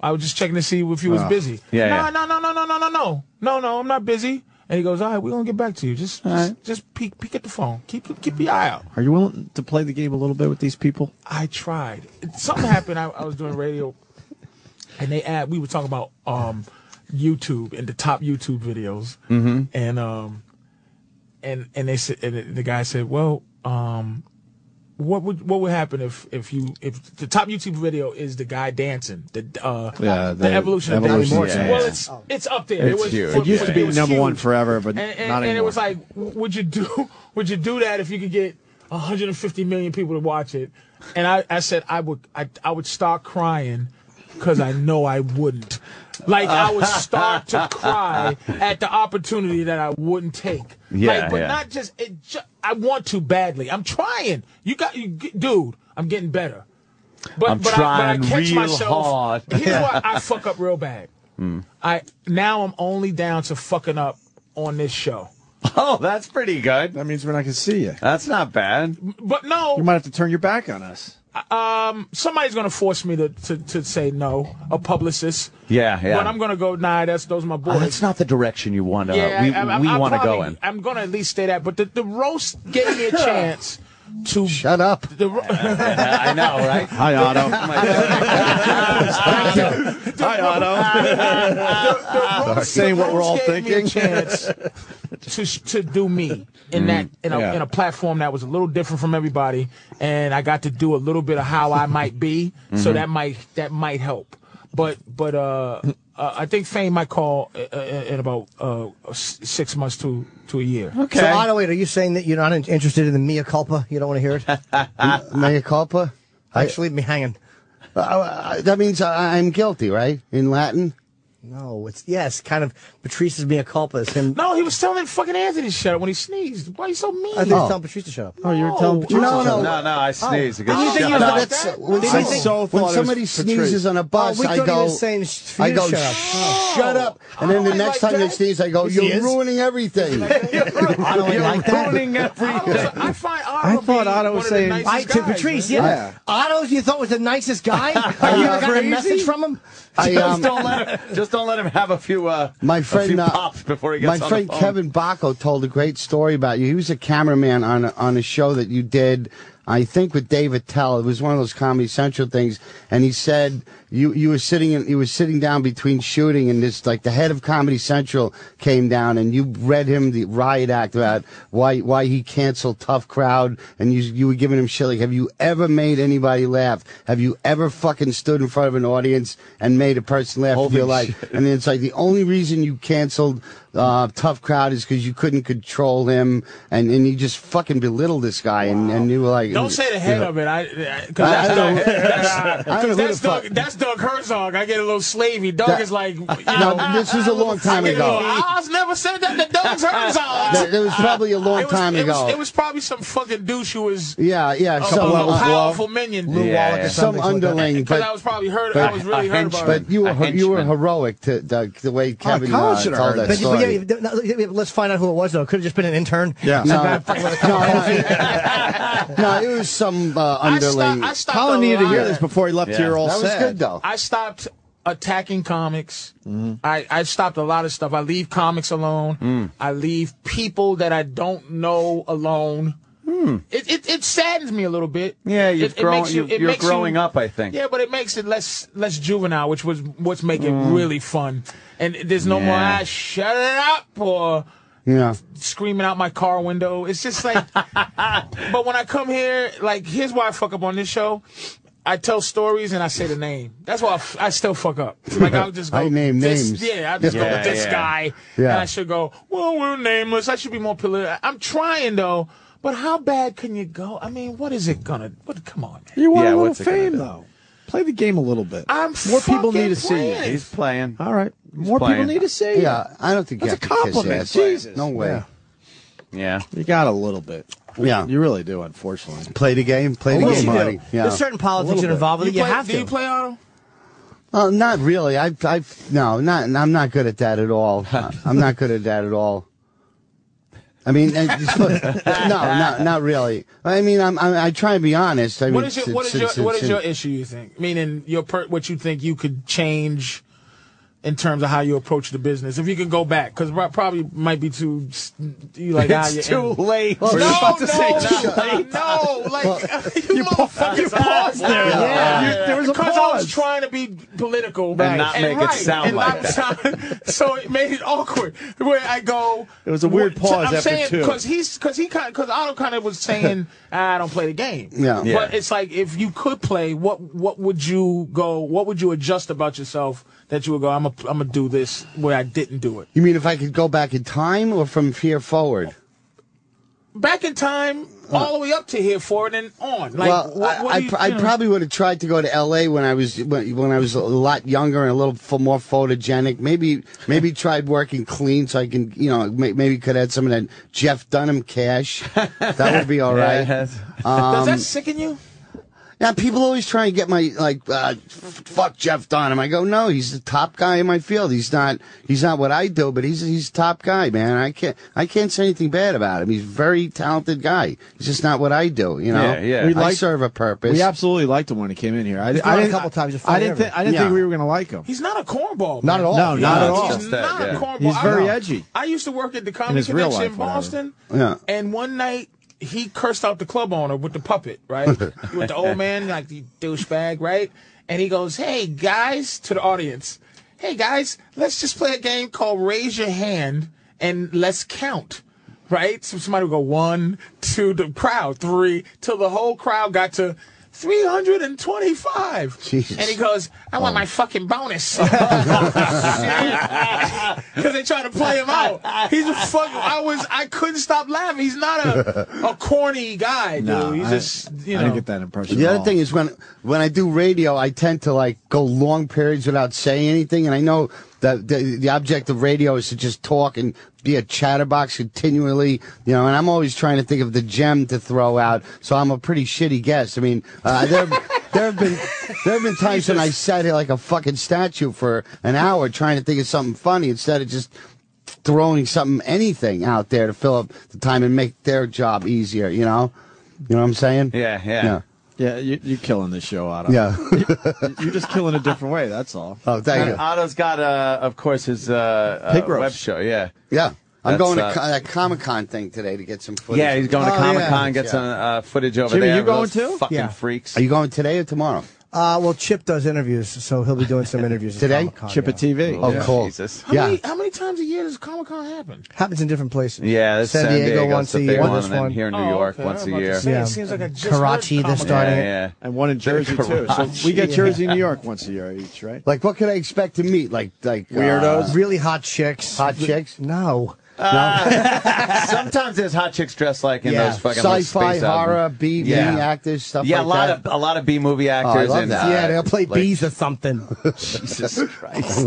I was just checking to see if you was busy. Yeah, No, yeah. no, no, no, no, no, no, no, no, no. I'm not busy. And he goes, "All right, we're gonna get back to you. Just, just, just peek, peek at the phone. Keep, keep your eye out." Are you willing to play the game a little bit with these people? I tried. Something happened. I, I was doing radio, and they add we were talking about um, YouTube and the top YouTube videos, mm-hmm. and um, and and they said and the guy said, well, um, what would what would happen if if you if the top YouTube video is the guy dancing the uh Yeah, the, the evolution of Danny evolution, Morrison? yeah, well, yeah. it's it's up there. It's it was, huge. for- It used to for- be it was number one huge. forever, but And, and, not anymore. and it was like, would you do would you do that if you could get 150 million people to watch it? And I, I said I would I, I would start crying because I know I wouldn't. Like I would start to cry at the opportunity that I wouldn't take. Yeah, like, but yeah. not just it. Ju- I want to badly. I'm trying. You got you, g- dude. I'm getting better. But, I'm but I, trying but I catch real myself. hard. Hmm. Here's why I fuck up real bad. I now I'm only down to fucking up on this show. Oh, that's pretty good. that means we're not going to see you. That's not bad. But no, You might have to turn your back on us. somebody's gonna force me to, to, to say no. A publicist. Yeah, yeah. But I'm gonna go. Nah, that's those are my boys. Oh, that's not the direction you want to. yeah, we I, I, we I want to go probably- in. I'm gonna at least say that. But the, the roast gave me a chance to Shut up. The, ro- I know, right? Hi, Otto. Hi, Otto. Saying what we're all Rose gave me thinking. Mm-hmm. a chance to to do me in that in a, Yeah. in a platform that was a little different from everybody, and I got to do a little bit of how I might be. Mm-hmm. So that might that might help. But but uh, uh I think Fame might call uh, uh, in about uh s- six months to to a year. Okay. So, Otto, are you saying that you're not in- interested in the mea culpa? You don't want to hear it? Mea culpa? Actually, leave me hanging. Ah, Uh, uh, that means I, I'm guilty, right? In Latin? No, it's yes, kind of Patrice's mea culpa is him. No, he was telling fucking Anthony to shut up when he sneezed. Why are you so mean? I think Oh. it's telling Patrice to shut up. oh, you're telling Patrice no, to shut no. up. No, no, I sneezed. because you think shut he was up. like that's that? when, I some- so thought it when was somebody Patrice. sneezes on a bus, Oh, we I thought he go, was saying sh- for I you to go, shut up. "Shh, shut up, and then Oh, the he next like time they that? sneeze, I go, Yes, he you're is. ruining everything. I don't like that. Otto's- I find Otto I thought being Otto one was of the saying- nicest I to guys, Patrice, man. yeah. Yeah. Otto, you thought was the nicest guy. Have you ever got a message from him? I, Just um, don't let him. Just don't let him have a few. Uh, My a friend, few uh, pops before he gets my on friend the phone. Kevin Bacco told a great story about you. He was a cameraman on a, on a show that you did, I think, with Dave Attell. It was one of those Comedy Central things, and he said you you were sitting in, you were sitting down between shooting, and this like the head of Comedy Central came down, and you read him the riot act about why why he canceled Tough Crowd, and you you were giving him shit like, have you ever made anybody laugh? Have you ever fucking stood in front of an audience and made a person laugh Holy in your life? shit. And it's like the only reason you canceled uh, Tough Crowd is because you couldn't control him, and, and you just fucking belittled this guy, and, and you were like, Don't say the head of it. I, I, cause I- that's I Doug, don't- that's, I don't know who 'cause that's the fuck- Doug, that's Doug Herzog. I get a little slavey. Doug That- is like, you No, know, this was a long time I get a ago. little- I was never said that to Doug Herzog. That, that was probably a long It was- time it was- ago. it was probably some fucking douche who was yeah, yeah. a, So, a uh, powerful minion. Yeah, yeah. some underling, Because I but was probably heard. I but- was really heard about it. but you A were you were henchman. heroic to Doug the way Kevin Colin uh, should have told heard that But, but story. yeah, no, no, yeah, let's find out who it was though. Could have just been an intern. Yeah. No, No. no, no, it was some uh, I stopped. underling. I stopped Colin a needed to lot hear of- this before he left Yeah. here all that was sad. good though. I stopped attacking comics. Mm-hmm. I, I stopped a lot of stuff. I leave comics alone. Mm. I leave people that I don't know alone. It, it it saddens me a little bit. Hmm. Yeah, you've it, it grown- makes you, you- it you're makes you- growing up, I think. Yeah, but it makes it less less juvenile, which was what's making it really fun. And there's no more Mm. Yeah. ah, shut it up or Yeah. screaming out my car window. It's just like, but when I come here, like, here's why I fuck up on this show. I tell stories and I say the name. That's why I, f- I still fuck up. Like I'll just go. I name this, names. Yeah, I just go Yeah, with this yeah. guy. Yeah. And I should go. Well, we're nameless. I should be more political. I'm trying though. But how bad can you go? I mean, what is it gonna? What? Come on, man. You want a Yeah, little what's it gonna fame do? though. Play the game a little bit. I'm More people need to see you. fucking playing. He's playing. all right. More playing. people need to see. you. Yeah, I don't think you That's have a to kiss compliment, ass. Jesus. No way. Yeah. You got a little bit. Yeah. You really do, unfortunately. Play the game. Play the Of course game, you do. Marty. Yeah. There's certain politics little that bit. involve You it. You, play- have do to. you play auto? Well, not really. I, I, no, not. I'm not good at that at all. I'm not good at that at all. I mean, and- no, not not really. I mean, I'm, I'm I try to be honest. I mean, What is your it's- what is your it's- what it's- is your issue? You think meaning your per, what you think you could change in terms of how you approach the business if you could go back because probably might be too s- you like ah, you're It's too in- late. We're No, just about to no, say it's no, too late. no, like uh, you, motherfucking paused there. Yeah. You- there was a because I was pause. trying to be political And not make it right, sound and like not sound- so it made it awkward. Where I go, It was a weird what- pause I'm after saying, two. Because he's because he kind because Otto kind of was saying I don't play the game. Yeah. Yeah. But it's like if you could play, what what would you go? What would you adjust about yourself that you would go? I'm a, I'm gonna do this where I didn't do it. You mean if I could go back in time or from here forward? back in time, all the way up to here for it and on. Like, well, what, what I, do you, I, you I know? probably would have tried to go to L.A. when I was when, when I was a lot younger and a little f- more photogenic. Maybe maybe tried working clean so I can you know may, maybe could add some of that Jeff Dunham cash. That would be all right. Yes. Does Um, that sicken you? Now people always try and get my like, uh, f- fuck Jeff Dunham. I go, no, he's the top guy in my field. He's not, he's not what I do, but he's he's top guy, man. I can't, I can't say anything bad about him. He's a very talented guy. He's just not what I do, you know. Yeah, yeah. We I like- serve a purpose. We absolutely liked him when he came in here. I, He's I gone a didn't, couple times to I fight didn't, thi- I didn't Yeah. think we were going to like him. He's not a cornball. Not man. at all. No, not at all. He's Just that, not yeah. a cornball. He's I- very edgy. I used to work at the comedy his real convention in life, whatever. Boston. Yeah. And one night he cursed out the club owner with the puppet, right? with the old man, like the douchebag, right? And he goes, "Hey guys," to the audience. hey guys, let's just play a game called Raise Your Hand and let's count. Right? So somebody would go one, two, the crowd, three, till the whole crowd got to 325. Jesus. And he goes, I want my fucking bonus. Because they try to play him out. He's a fuck. I was, I couldn't stop laughing. He's not a, a corny guy, dude. No, He's I- just, you know. I didn't get that impression. The at other all. thing is when when I do radio, I tend to like go long periods without saying anything, and I know that the, the object of radio is to just talk and be a chatterbox continually, you know. And I'm always trying to think of the gem to throw out, so I'm a pretty shitty guest. I mean, uh, there there have been there have been times when I sat here like a fucking statue for an hour trying to think of something funny instead of just throwing something anything out there to fill up the time and make their job easier. You know, you know what I'm saying? Yeah, yeah. yeah, you, you're killing this show, Otto. Yeah. you're just killing a different way. That's all. Oh, thank And you. Otto's got, uh, of course, his uh, Pig uh, roast. web show. Yeah. Yeah. I'm That's, going to uh, co- that Comic Con thing today to get some footage. Yeah, he's going to Oh, Comic Con, yeah. get some uh, footage over Jimmy, there. you of going those too? Fucking Yeah. freaks. Are you going today or tomorrow? Uh, well, Chip does interviews, so he'll be doing some interviews at Today? Comic-Con, Chip yeah. at TV. Oh, cool. Jesus. How, Yeah. many, how many times a year does Comic Con happen? Happens in different places. Yeah, that's San Diego once the a big year, one, this and then one. here in New Oh, York okay. once I'm a about to year. say, Yeah. It seems like I just Karachi, heard they're Comic-Con. starting it. Yeah, And one in Jersey too. So we get Jersey, New York once a year each, right? Like, what could I expect to meet? Like, like Weirdos? Really hot chicks. uh, hot chicks, No. yeah. Sometimes there's hot chicks dressed like in Yeah. those fucking like, sci-fi, space horror, album. B, B Yeah. actors, stuff. Yeah, like a lot that. of Oh, a lot of B movie actors. love and, that. uh, yeah, they'll play like- bees or something. Jesus Christ!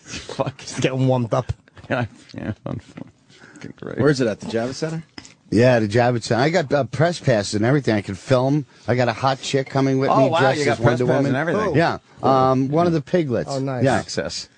Fuck. Just getting warmed up. Yeah, yeah, fucking great. Where is it at? The Javits Center? Yeah, the Javits Center. I got uh, press passes and everything. I could film. I got a hot chick coming with Oh, me wow, dressed you got as Wonder press passes Woman and everything. Yeah, um, one of the piglets. Oh, nice. Yeah, access?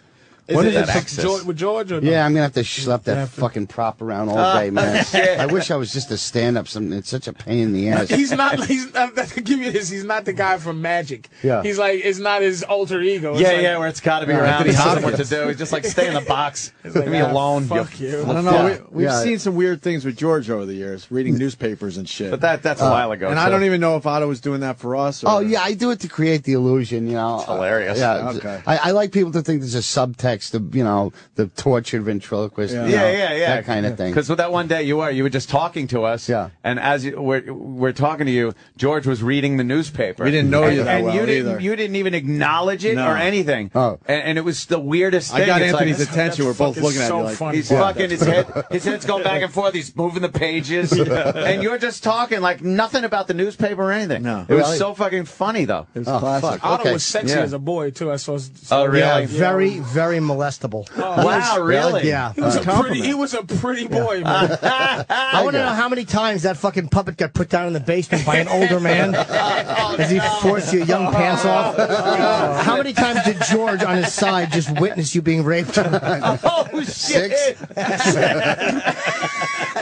Is What it is that with access? George, with George or no? yeah. I'm gonna have to schlep that fucking prop around all day, man. shit. I wish I was just a stand-up. Something. It's such a pain in the ass. He's not. He's. I'm gonna give you this. He's not the guy from Magic. Yeah. He's like. It's not his alter ego. It's Yeah, like, yeah, where it's got to be around. He doesn't know what to do. He's just like, stay in the box. Leave me ah, alone. Fuck you- you. I don't know. Yeah. We, we've Yeah. seen some weird things with George over the years, reading newspapers and shit. But that that's a while ago. and too. I don't even know if Otto was doing that for us. Or, Oh yeah, I do it to create the illusion. You know, it's hilarious. yeah, Okay. I, I like people to think there's a subtext of you know the tortured ventriloquist. Yeah. you know, Yeah, yeah, yeah. that kind of thing. Because with that one day you were, you were just talking to us. Yeah. And as you, we're, we're talking to you, George was reading the newspaper. We didn't know and, you that and well you didn't, either. You didn't even acknowledge it No. or anything. Oh. And, and it was the weirdest thing. I got It's like- Anthony's attention. We're both fucking looking at so you like funny. He's Yeah. fucking his head. His head's going back and forth. He's moving the pages, and you're just talking like nothing about the newspaper or anything. No. it was Really? so fucking funny though. It was Oh, classic. fuck. Otto Okay. was sexy Yeah. as a boy too. I saw. Oh, really? Yeah, very, very molestable. Oh, Wow, really? Yeah. He was a pretty. He was a pretty boy, man. I want to know how many times that fucking puppet got put down in the basement by an older man as he forced your Oh, young pants off. how many times did George on his side just witness you being raped? Oh shit!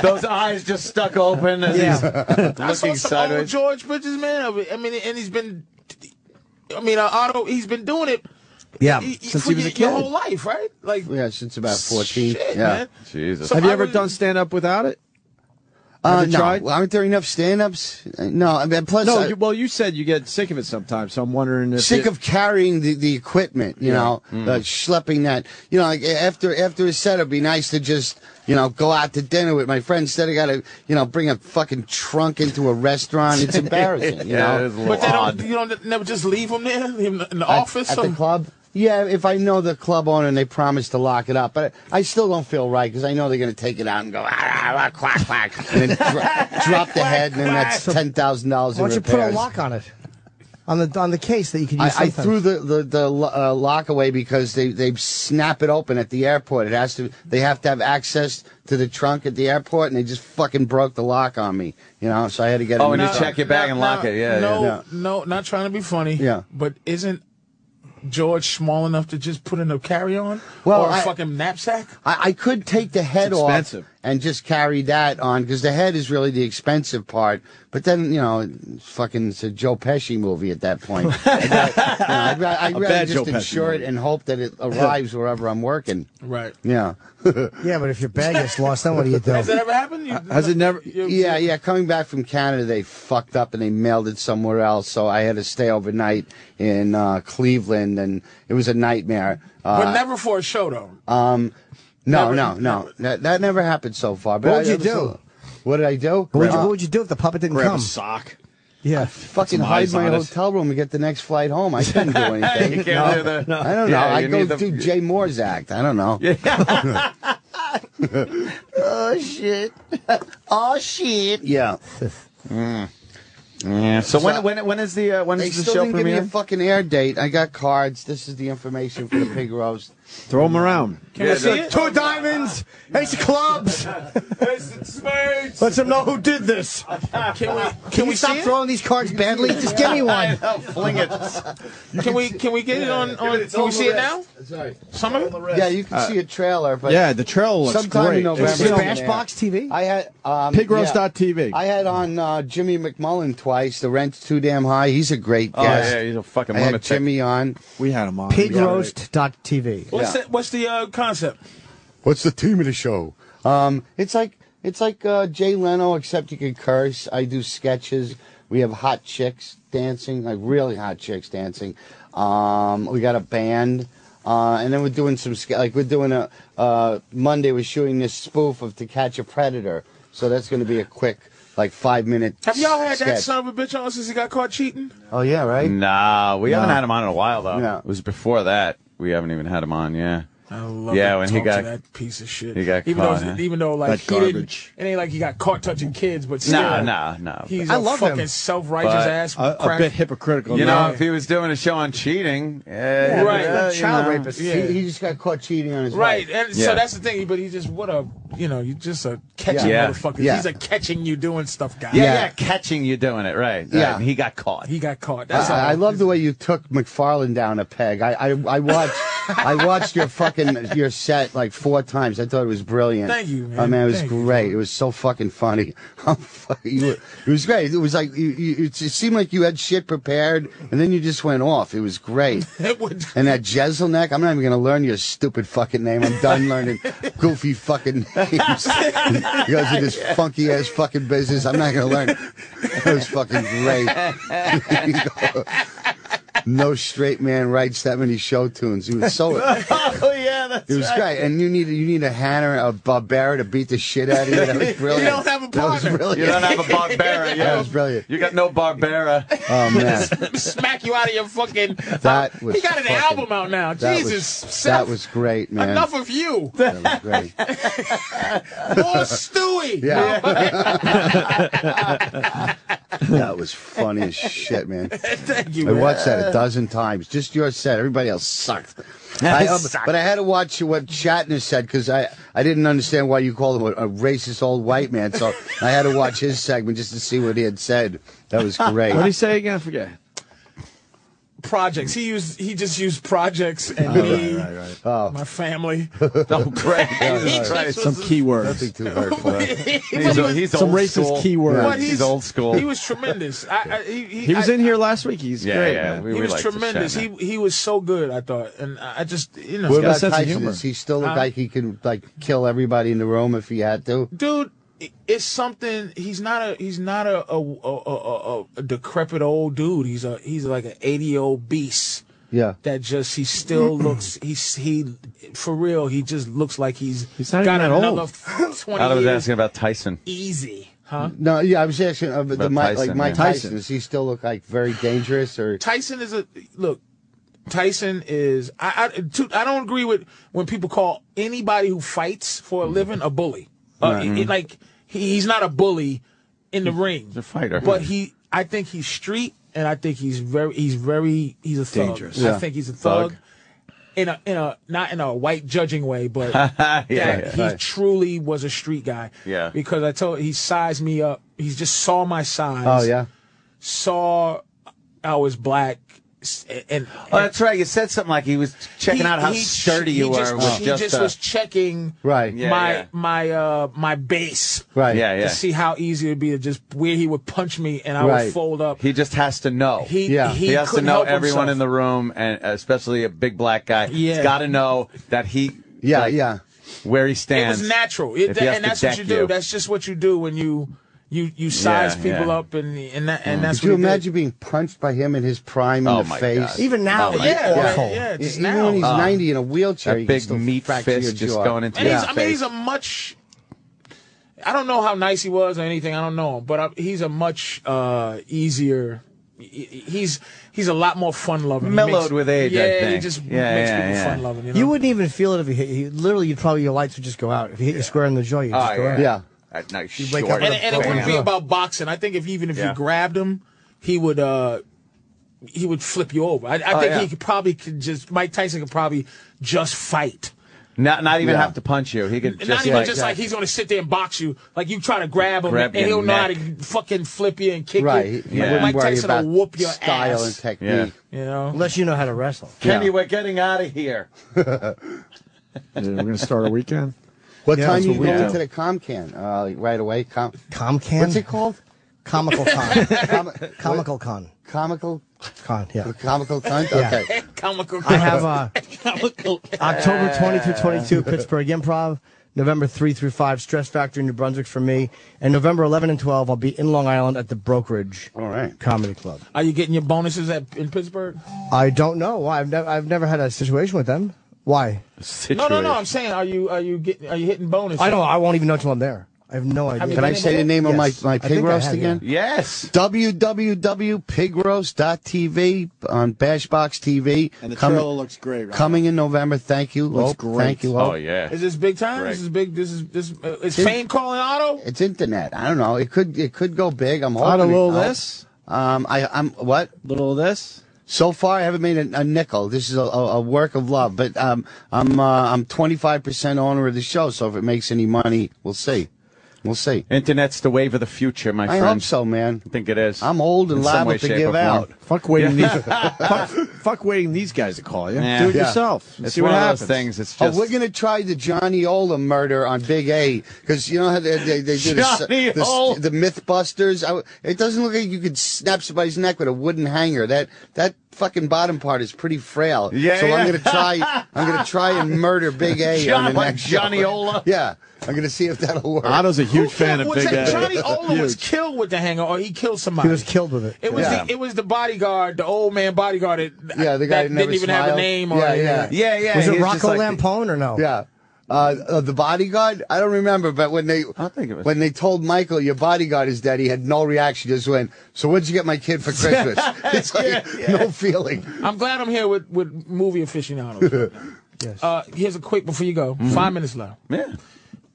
Those eyes just stuck open as he's I saw looking some old sideways. George Bridges, man. I mean- I mean, and he's been. I mean, uh, Otto. He's been doing it. yeah. y- Since for he was a y- your kid. whole life, right? Like. yeah, since about fourteen. Shit, yeah. man. Jesus. So Have you I ever really- done stand up without it? Uh, Have you no, tried? aren't there enough stand-ups? Uh, No, I mean, plus No. I- You, well, you said you get sick of it sometimes, so I'm wondering if it- sick of carrying the, the equipment, you know, uh, schlepping that. You know, like after after a set, it'd be nice to just you know go out to dinner with my friends. Instead, I got to you know bring a fucking trunk into a restaurant. It's embarrassing, you Yeah, know. it is a little But they don't. odd. You don't never just leave him there in the, in the At- office. at, some- the club. Yeah, if I know the club owner and they promise to lock it up, but I still don't feel right because I know they're going to take it out and go ah, ah, ah, quack quack and then dro- drop the head and then that's ten thousand dollars. Why don't you put a lock on it? On the on the case that you could use. I, I sometimes. threw the the, the lo- uh, lock away because they, they snap it open at the airport. It has to they have to have access to the trunk at the airport, and they just fucking broke the lock on me. You know, so I had to get. Oh, a and new you one. check your bag and lock it. Yeah, No, yeah. no, not trying to be funny. Yeah. But isn't George small enough to just put in a carry on Well, or a I- fucking knapsack? I, I could take the head It's off expensive. and just carry that on because the head is really the expensive part. But then you know, it's fucking it's a Joe Pesci movie at that point. I'd rather, you know, I'd ra- I'd A rather bad Joe just Pesci insure it movie. and hope that it arrives wherever I'm working. Right. Yeah. Yeah, but if your bag gets lost, then what do you do? Has that ever happened? You, Has it never? Yeah, yeah. Coming back from Canada, they fucked up and they mailed it somewhere else. So I had to stay overnight in uh, Cleveland, and it was a nightmare. Uh, but never for a show though. no, never- no, no, That, that never happened so far. But What would I- you I was- do? What did I do? What would, you, Uh, what would you do if the puppet didn't Grab come? a sock. Yeah. fucking Some hide eyes my on it. hotel room and get the next flight home. I couldn't do anything. You can't do the- I don't know. Yeah, I you go need the- do Jay Moore's act. I don't know. Oh shit! oh shit! Yeah. So when when when is the uh, when They is the still show didn't premiere? give me a fucking air date. I got cards. This is the information for the pig roast. Throw them around. Can I see it? Two diamonds, ace of clubs. Let's them know who did this. Can we? Can Can we you stop see it? throwing these cards badly? Just give me one. fling it. Can we? Can we get it on? on can we see it now? Sorry. Some of it. Yeah, you can Uh, see a trailer, but Yeah, the trail looks Sometime in great. November. It's- Yeah. Bashbox TV? I had um, Pigroast.tv. yeah. I had on uh, Jimmy McMullen twice. The rent's too damn high. He's a great Oh guest. yeah, he's a fucking I had lunatic. Jimmy on. We had them on. Pigroast.tv. What's Yeah. the, what's the uh, concept? What's the theme of the show? Um, it's like it's like uh, Jay Leno, except you can curse. I do sketches. We have hot chicks dancing, like really hot chicks dancing. Um, we got a band, uh, and then we're doing some ske- like we're doing a uh, Monday. We're shooting this spoof of To Catch a Predator, so that's going to be a quick like five minute. Have y'all had that sketch. son of a bitch on since he got caught cheating? Oh yeah, right. Mm. Nah, we haven't had him on in a while though. No. It was before that. We haven't even had him on. Yeah. I love Yeah, to when he talk to got- that piece of shit. he got even caught, though, huh? even though like That he didn't, garbage. it ain't like he got caught touching kids, but still, Nah, nah, nah. he's I a love him. fucking self-righteous But- ass A, a crack. bit hypocritical. You now. know, if he was doing a show on cheating, uh, right. uh, you Child know. rapist. Yeah. He, he just got caught cheating on his Right, wife. and Yeah. so that's the thing. But he just what a you know you just a catching Yeah. motherfucker. Yeah. He's a catching you doing stuff guy. Yeah, yeah, Yeah. catching you doing it, right? Yeah. right. and he got caught. he got caught. That's how I, I love the way you took McFarlane down a peg. I I, I watched I watched your fucking your set like four times. I thought it was brilliant. Thank you, man. Oh, man, it was Thank you. great. It was so fucking funny. How fucking- you were- it was great. It was like you, you, it seemed like you had shit prepared, and then you just went off. It was great. it would. And that Jezelneck, I'm not even gonna learn your stupid fucking name. I'm done learning goofy fucking names. you guys do this funky ass fucking business. I'm not gonna learn. it. That was fucking great. no straight man writes that many show tunes. He was so. oh yeah, that's It was great, and you need you need a Hanner, a Barbera to beat the shit out of you. That was brilliant. don't have a partner. That was brilliant. You don't have a Barbera. that Yeah, was brilliant. you got no Barbera. Oh man, smack you out of your fucking. that was. he got an fucking- album out now. That Jesus, was, Seth, that was great, man. enough of you. More that was great. Stewie. Yeah. that was funny as shit, man. Thank you. I man. watched that a dozen times. Just your set. Everybody else sucked. I, um, But I had to watch what Shatner said because I, I didn't understand why you called him a, a racist old white man. So I had to watch his segment just to see what he had said. That was great. What did he say again? I forget. Projects. He used. He just used projects and me, my family. Oh great, He Jesus just Christ. was- Some keywords. Nothing too hurtful. He's, but he's Some old racist school. keywords. but he's old school. He was tremendous. I, I, he, he, He was I- in here last week. He's Yeah, great. yeah. man. We, He we was like to tremendous. shine He that. he was so good. I thought, and I I just you know, What about sense of Tyson? humor. Does he still look like he could like kill everybody in the room if he had to? dude i- it's something he's not a he's not a a, a, a, a, a decrepit old dude he's a he's like an 80 year old beast Yeah. that just he still looks he's he for real he just looks like he's He's not got even that another old. 20 I was years asking about Tyson. easy huh No, yeah, I was asking uh, the, About Mike, Tyson, like Mike yeah. Tyson. Tyson. Does he still look like very dangerous or? Tyson is a look Tyson is I I, to, I don't agree with when people call anybody who fights for a living a bully uh, it- it- like he, he's not a bully in the ring a fighter. but he I think he's street and I think he's very he's very he's a thug. Dangerous. I Yeah. think he's a thug. Thug. In a in a not in a white judging way, but yeah, that yeah. he truly was a street guy. Yeah. Because I told he sized me Oh, up. He just saw my size. Oh yeah. Saw I was black s- and, and Oh, that's right. You said something like he was checking he- out how he ch- sturdy you he were. Just, was he just, just uh, was checking Right. Yeah, my yeah. my uh my base Right. Yeah, yeah. to see how easy it'd be to just where he would punch me and I Right. would fold up. He just has to know. He Yeah. he, He has to couldn't know help everyone himself. in the room, and especially a big black guy. He's Yeah. got to know that he. Yeah, like, yeah. Where he It stands. was natural, If it, he has and to that's what you deck do. you. That's just what you do when you you you size Yeah, Mm. people yeah. up and and that, and that's Could you what he did. imagine being punched by him in his prime in Oh, the my face? God. Even now, Oh, my yeah, Yeah, right, awful. yeah, E- just Even now. when he's 90 in a wheelchair, he that can big still meat fracture your fist just jaw. going into And your he's, I mean, face. he's a much. I don't know how nice he was or anything. I don't know him, but I, he's a much uh, easier. he- He's he's a lot more fun loving. Mellowed with age, I Yeah, he think. just Yeah, makes yeah, people yeah. fun loving. You, know? You wouldn't even feel it if he hit you. Literally, you'd probably your lights would just go out. If he hit you square in the jaw, you'd just Oh, go yeah. out. Yeah. That nice wake up short. and, and it wouldn't be Yeah. about boxing. I think if even if Yeah. you grabbed him, he would uh, he would flip you over. I, I think Oh, yeah. he could probably could just Mike Tyson could probably just fight. Not, not even Yeah. have to punch you. He could And just not even like, just like he's gonna sit there and box you. Like you try to grab him Grab and your he'll know how neck. to fucking flip you and kick Right. you. He Yeah. wouldn't Mike worry Tyson about will whoop your style ass. and technique. Yeah. You know? Unless you know how to wrestle. Kenny, Yeah. we're getting out of here. Yeah, we're going to start our weekend. What time that's you what we going do. to the ComCan? Uh, like, right away. Com- Comcan? What's it called? Comical Con. Com- Comical Con. what? Comical. Con, yeah. Comical cunt. Yeah. Okay. Comical. I have uh, comical. October 20 through 22, Pittsburgh Improv. November 3 through 5, Stress Factory, New Brunswick for me. And November 11 and 12, I'll be in Long Island at the Brokerage All right. Comedy Club. Are you getting your bonuses at in Pittsburgh? I don't know. Why? I've, nev- I've never had a situation with them. Why? No, no, no. I'm saying, are you are you getting are you hitting bonuses? I don't. I won't even know until I'm there. I have no idea. you Can I say the name of my, Yes. my I pig think I roast have, again? Yes. www.pigroast.tv on Bashbox TV. And the Coming- trailer looks great. Right coming in November. Thank you. Looks Hope. great. Thank you. Oh, Hope. yeah. Is this big time? Right. This is big. This is this. Uh, is Fame calling Otto? It's internet. I don't know. It could it could go big. I'm hoping. On a it little does. this, Um, I I'm what? little this. So far, I haven't made a, a nickel. This is a, a a work of love. But um, I'm uh, I'm 25 percent owner of the show. So if it makes any money, we'll see. We'll see. Internet's the wave of the future, my I friend. hope so, man. I think it is. I'm old and In some liable way, to shape, or give form. out. Fuck waiting these. fuck, fuck waiting these guys to call you. Yeah. Do it Yeah. yourself. and It's see one what of happens. those things. It's Oh, just. we're gonna try the Johnny Ola murder on Big A because you know how they they, they do the, Johnny the, Ola. the MythBusters. I w it doesn't look like you could snap somebody's neck with a wooden hanger. That that fucking bottom part is pretty frail. Yeah, So yeah. I'm gonna try. I'm gonna try and murder Big A on John, the like next show. Johnny Ola. Yeah, I'm gonna see if that'll work. Otto's a huge fan of was Big that? A. Johnny Ola was Huge. killed with the hanger, or he killed somebody. He was killed with it. It was Yeah. the, it was the bodyguard, the old man bodyguard. That, Yeah, the guy that who never didn't even have smiled. a name. Or Yeah, yeah. Yeah, yeah. was he it just Rocco like the- Lampone or no? Yeah. Uh, uh, the bodyguard? I don't remember, but when they don't think it was- when they told Michael your bodyguard is dead, he had no reaction. Just went, "So what'd you get my kid for Christmas?" it's like no feeling. I'm glad I'm here with, with movie aficionados. Yes. uh, here's a quick before you go. Five minutes left. Yeah.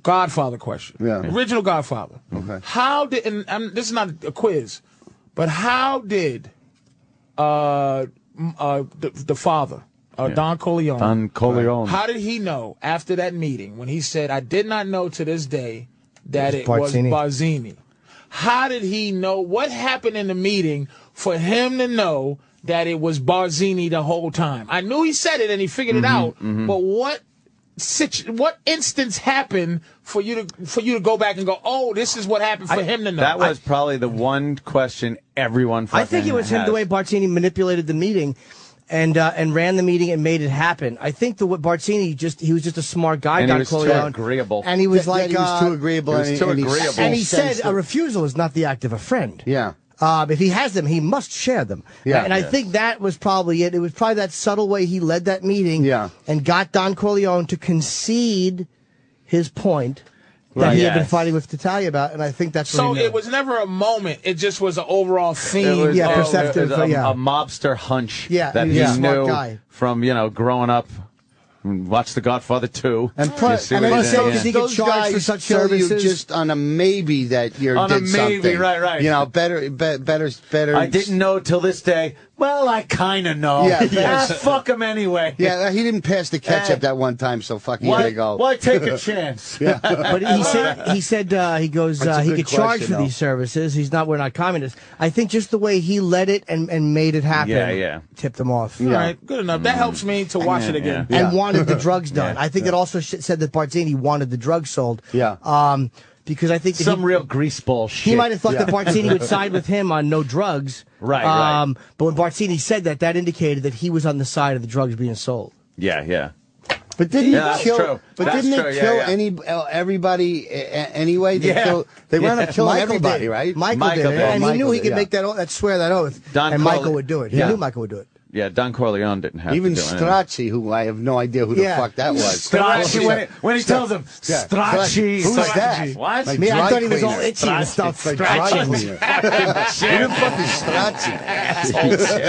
Godfather question. Mm-hmm. Yeah. Original Godfather. Okay. How did and um, this is not a quiz, but how did uh m- uh the, the father uh, Don Corleone Don Corleone. how did he know after that meeting when he said I did not know to this day that it It was was Barzini? Barzini. How did he know what happened in the meeting for him to know that it was Barzini the whole time? I knew he said it and he figured Mm-hmm, it out, but what situ- what instance happened for you to for you to go back and go, "Oh, this is what happened for him to know." That was probably the one question everyone. I think fucking it was him has. the way Bartini manipulated the meeting and uh, and ran the meeting and made it happen. I think the what Bartini just he was just a smart guy, And he Don was too Corleone. agreeable. And he was Yeah, like he was uh, too agreeable. He was and too and agreeable. And he said uh, sensed a it. refusal is not the act of a friend. "Yeah, Um, if he has them, he must share them. Yeah. and I Yes. think that was probably it. It was probably that subtle way he led that meeting Yeah. and got Don Corleone to concede his point that Right. he had been Yes. fighting with Tatalia about. And I think that's what so he knew. it was never a moment. It just was an overall It theme. was, oh, Yeah, it was perceptive, a, yeah. a mobster hunch Yeah, that he he was a smart knew guy. from you know growing up. Watch The Godfather two. And plus, see and what he plus did, so those, yeah. does he get those charged guys for such kill services? you just on a maybe that you're On a did maybe, something. right, right. You know, better, be, better, better. I didn't know till this day Well, I kind of know. Yeah, ah, yes. fuck him anyway. Yeah, he didn't pass the ketchup Hey. that one time, so fuck you. Why, There you go. why take a chance? yeah. But he said he said uh, he goes That's uh, a he good could charge question, for though. these services. He's not we're not communists. I think just the way he led it and, and made it happen. Yeah, yeah. Tipped them off. All right, good enough. Mm-hmm. That helps me to watch it again. and wanted the drugs done. I think it also sh- said that Barzini wanted the drugs sold. Yeah. Um, because I think that Some he, real greaseball shit. he might have thought that Barzini would side with him on no drugs. Right, right. Um, but when Barzini said that, that indicated that he was on the side of the drugs being sold. Yeah, yeah. But didn't Yeah, he that's kill? true. But That's didn't they true, yeah, kill yeah. any uh, everybody uh, anyway? They Yeah. killed, they wound up Yeah. killing Michael everybody, did. right? Michael, Michael did did. it, and Michael he knew he did, could yeah. make that oath, that swear that oath, Don and Corle- Michael would do it. Yeah. He knew Michael would do it. Yeah, Don Corleone didn't have Even to do anything. Stracci, who I have no idea who the Yeah. fuck that was. Stracci, when, when he tells him, Yeah. Stracci. Who's that? What? Like Me, I dry thought he was all cleaner. itchy and stuff. Like dry cleaner. Shit. Stracci.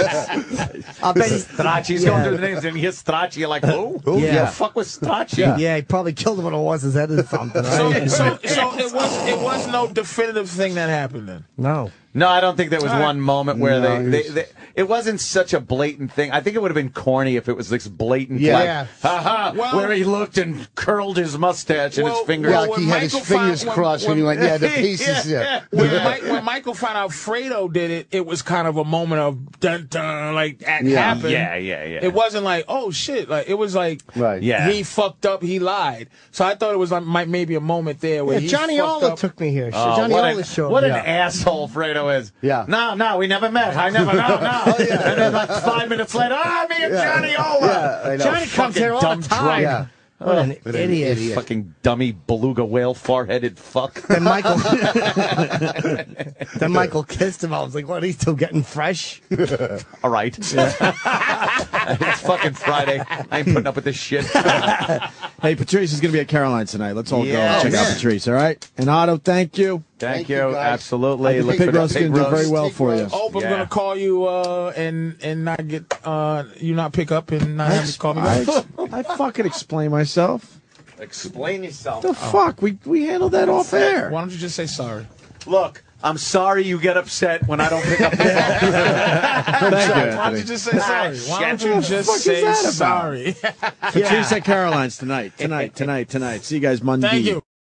I bet he, Stracci. He's going through the names, and he hits Stracci. You're like, who? Who Yeah. the fuck was Stracci? yeah, he probably killed him on a horse his head or something. So, Right? so, so it was it was no definitive thing that happened then. no. No, I don't think there was one moment where No, they, they, he's- they. It wasn't such a blatant thing. I think it would have been corny if it was this blatant, Yeah. like, Yeah. haha, Well- where he looked and curled his mustache and Well, his fingers. well, Like when he had his Michael fingers found- when- crossed when he when- went, yeah, the pieces. Yeah. Yeah. When, Mike, when Michael found out Fredo did it, it was kind of a moment of dun dun, like that Yeah. happened. Yeah, yeah, yeah. It wasn't like oh shit, like it was like Right. Yeah. he fucked up, he lied. So I thought it was like might maybe a moment there where Yeah, he Johnny fucked Ola up. took me here. Oh, Johnny what Ola an, showed what me. an asshole Fredo is. Yeah. No, no, we never met. I never, no, no. And then like five minutes later, ah, me and Johnny Ola. Yeah, I know. Johnny comes Fucking here all dumb the time. drunk. Yeah. What Oh. an What an idiot. idiot. Fucking dummy beluga whale, far-headed fuck. Then Michael, then Michael kissed him. I was like, "What? He's still getting fresh." All right. it's fucking Friday. I ain't putting up with this shit. Hey, Patrice is going to be at Caroline tonight. Let's all Yeah. go check Yeah. out Patrice, all right? And Otto, thank you. Thank, Thank you. you, guys. I Absolutely. think Look Big for the Roast is pig going to do roast. very well for you. Big Hope Oh, I'm Yeah. gonna call you uh, and and not get uh, you not pick up and not have to call me I, back. ex- I fucking explain myself. Explain yourself. The fuck? We we handled that off air. Why don't you just say sorry? Look, I'm sorry you get upset when I don't pick up the phone. Thank you, Why don't you Anthony. just say sorry? Why don't you What the fuck just is say that about? sorry? Patrice at Caroline's tonight, tonight, tonight, tonight. See you guys Monday. Thank you.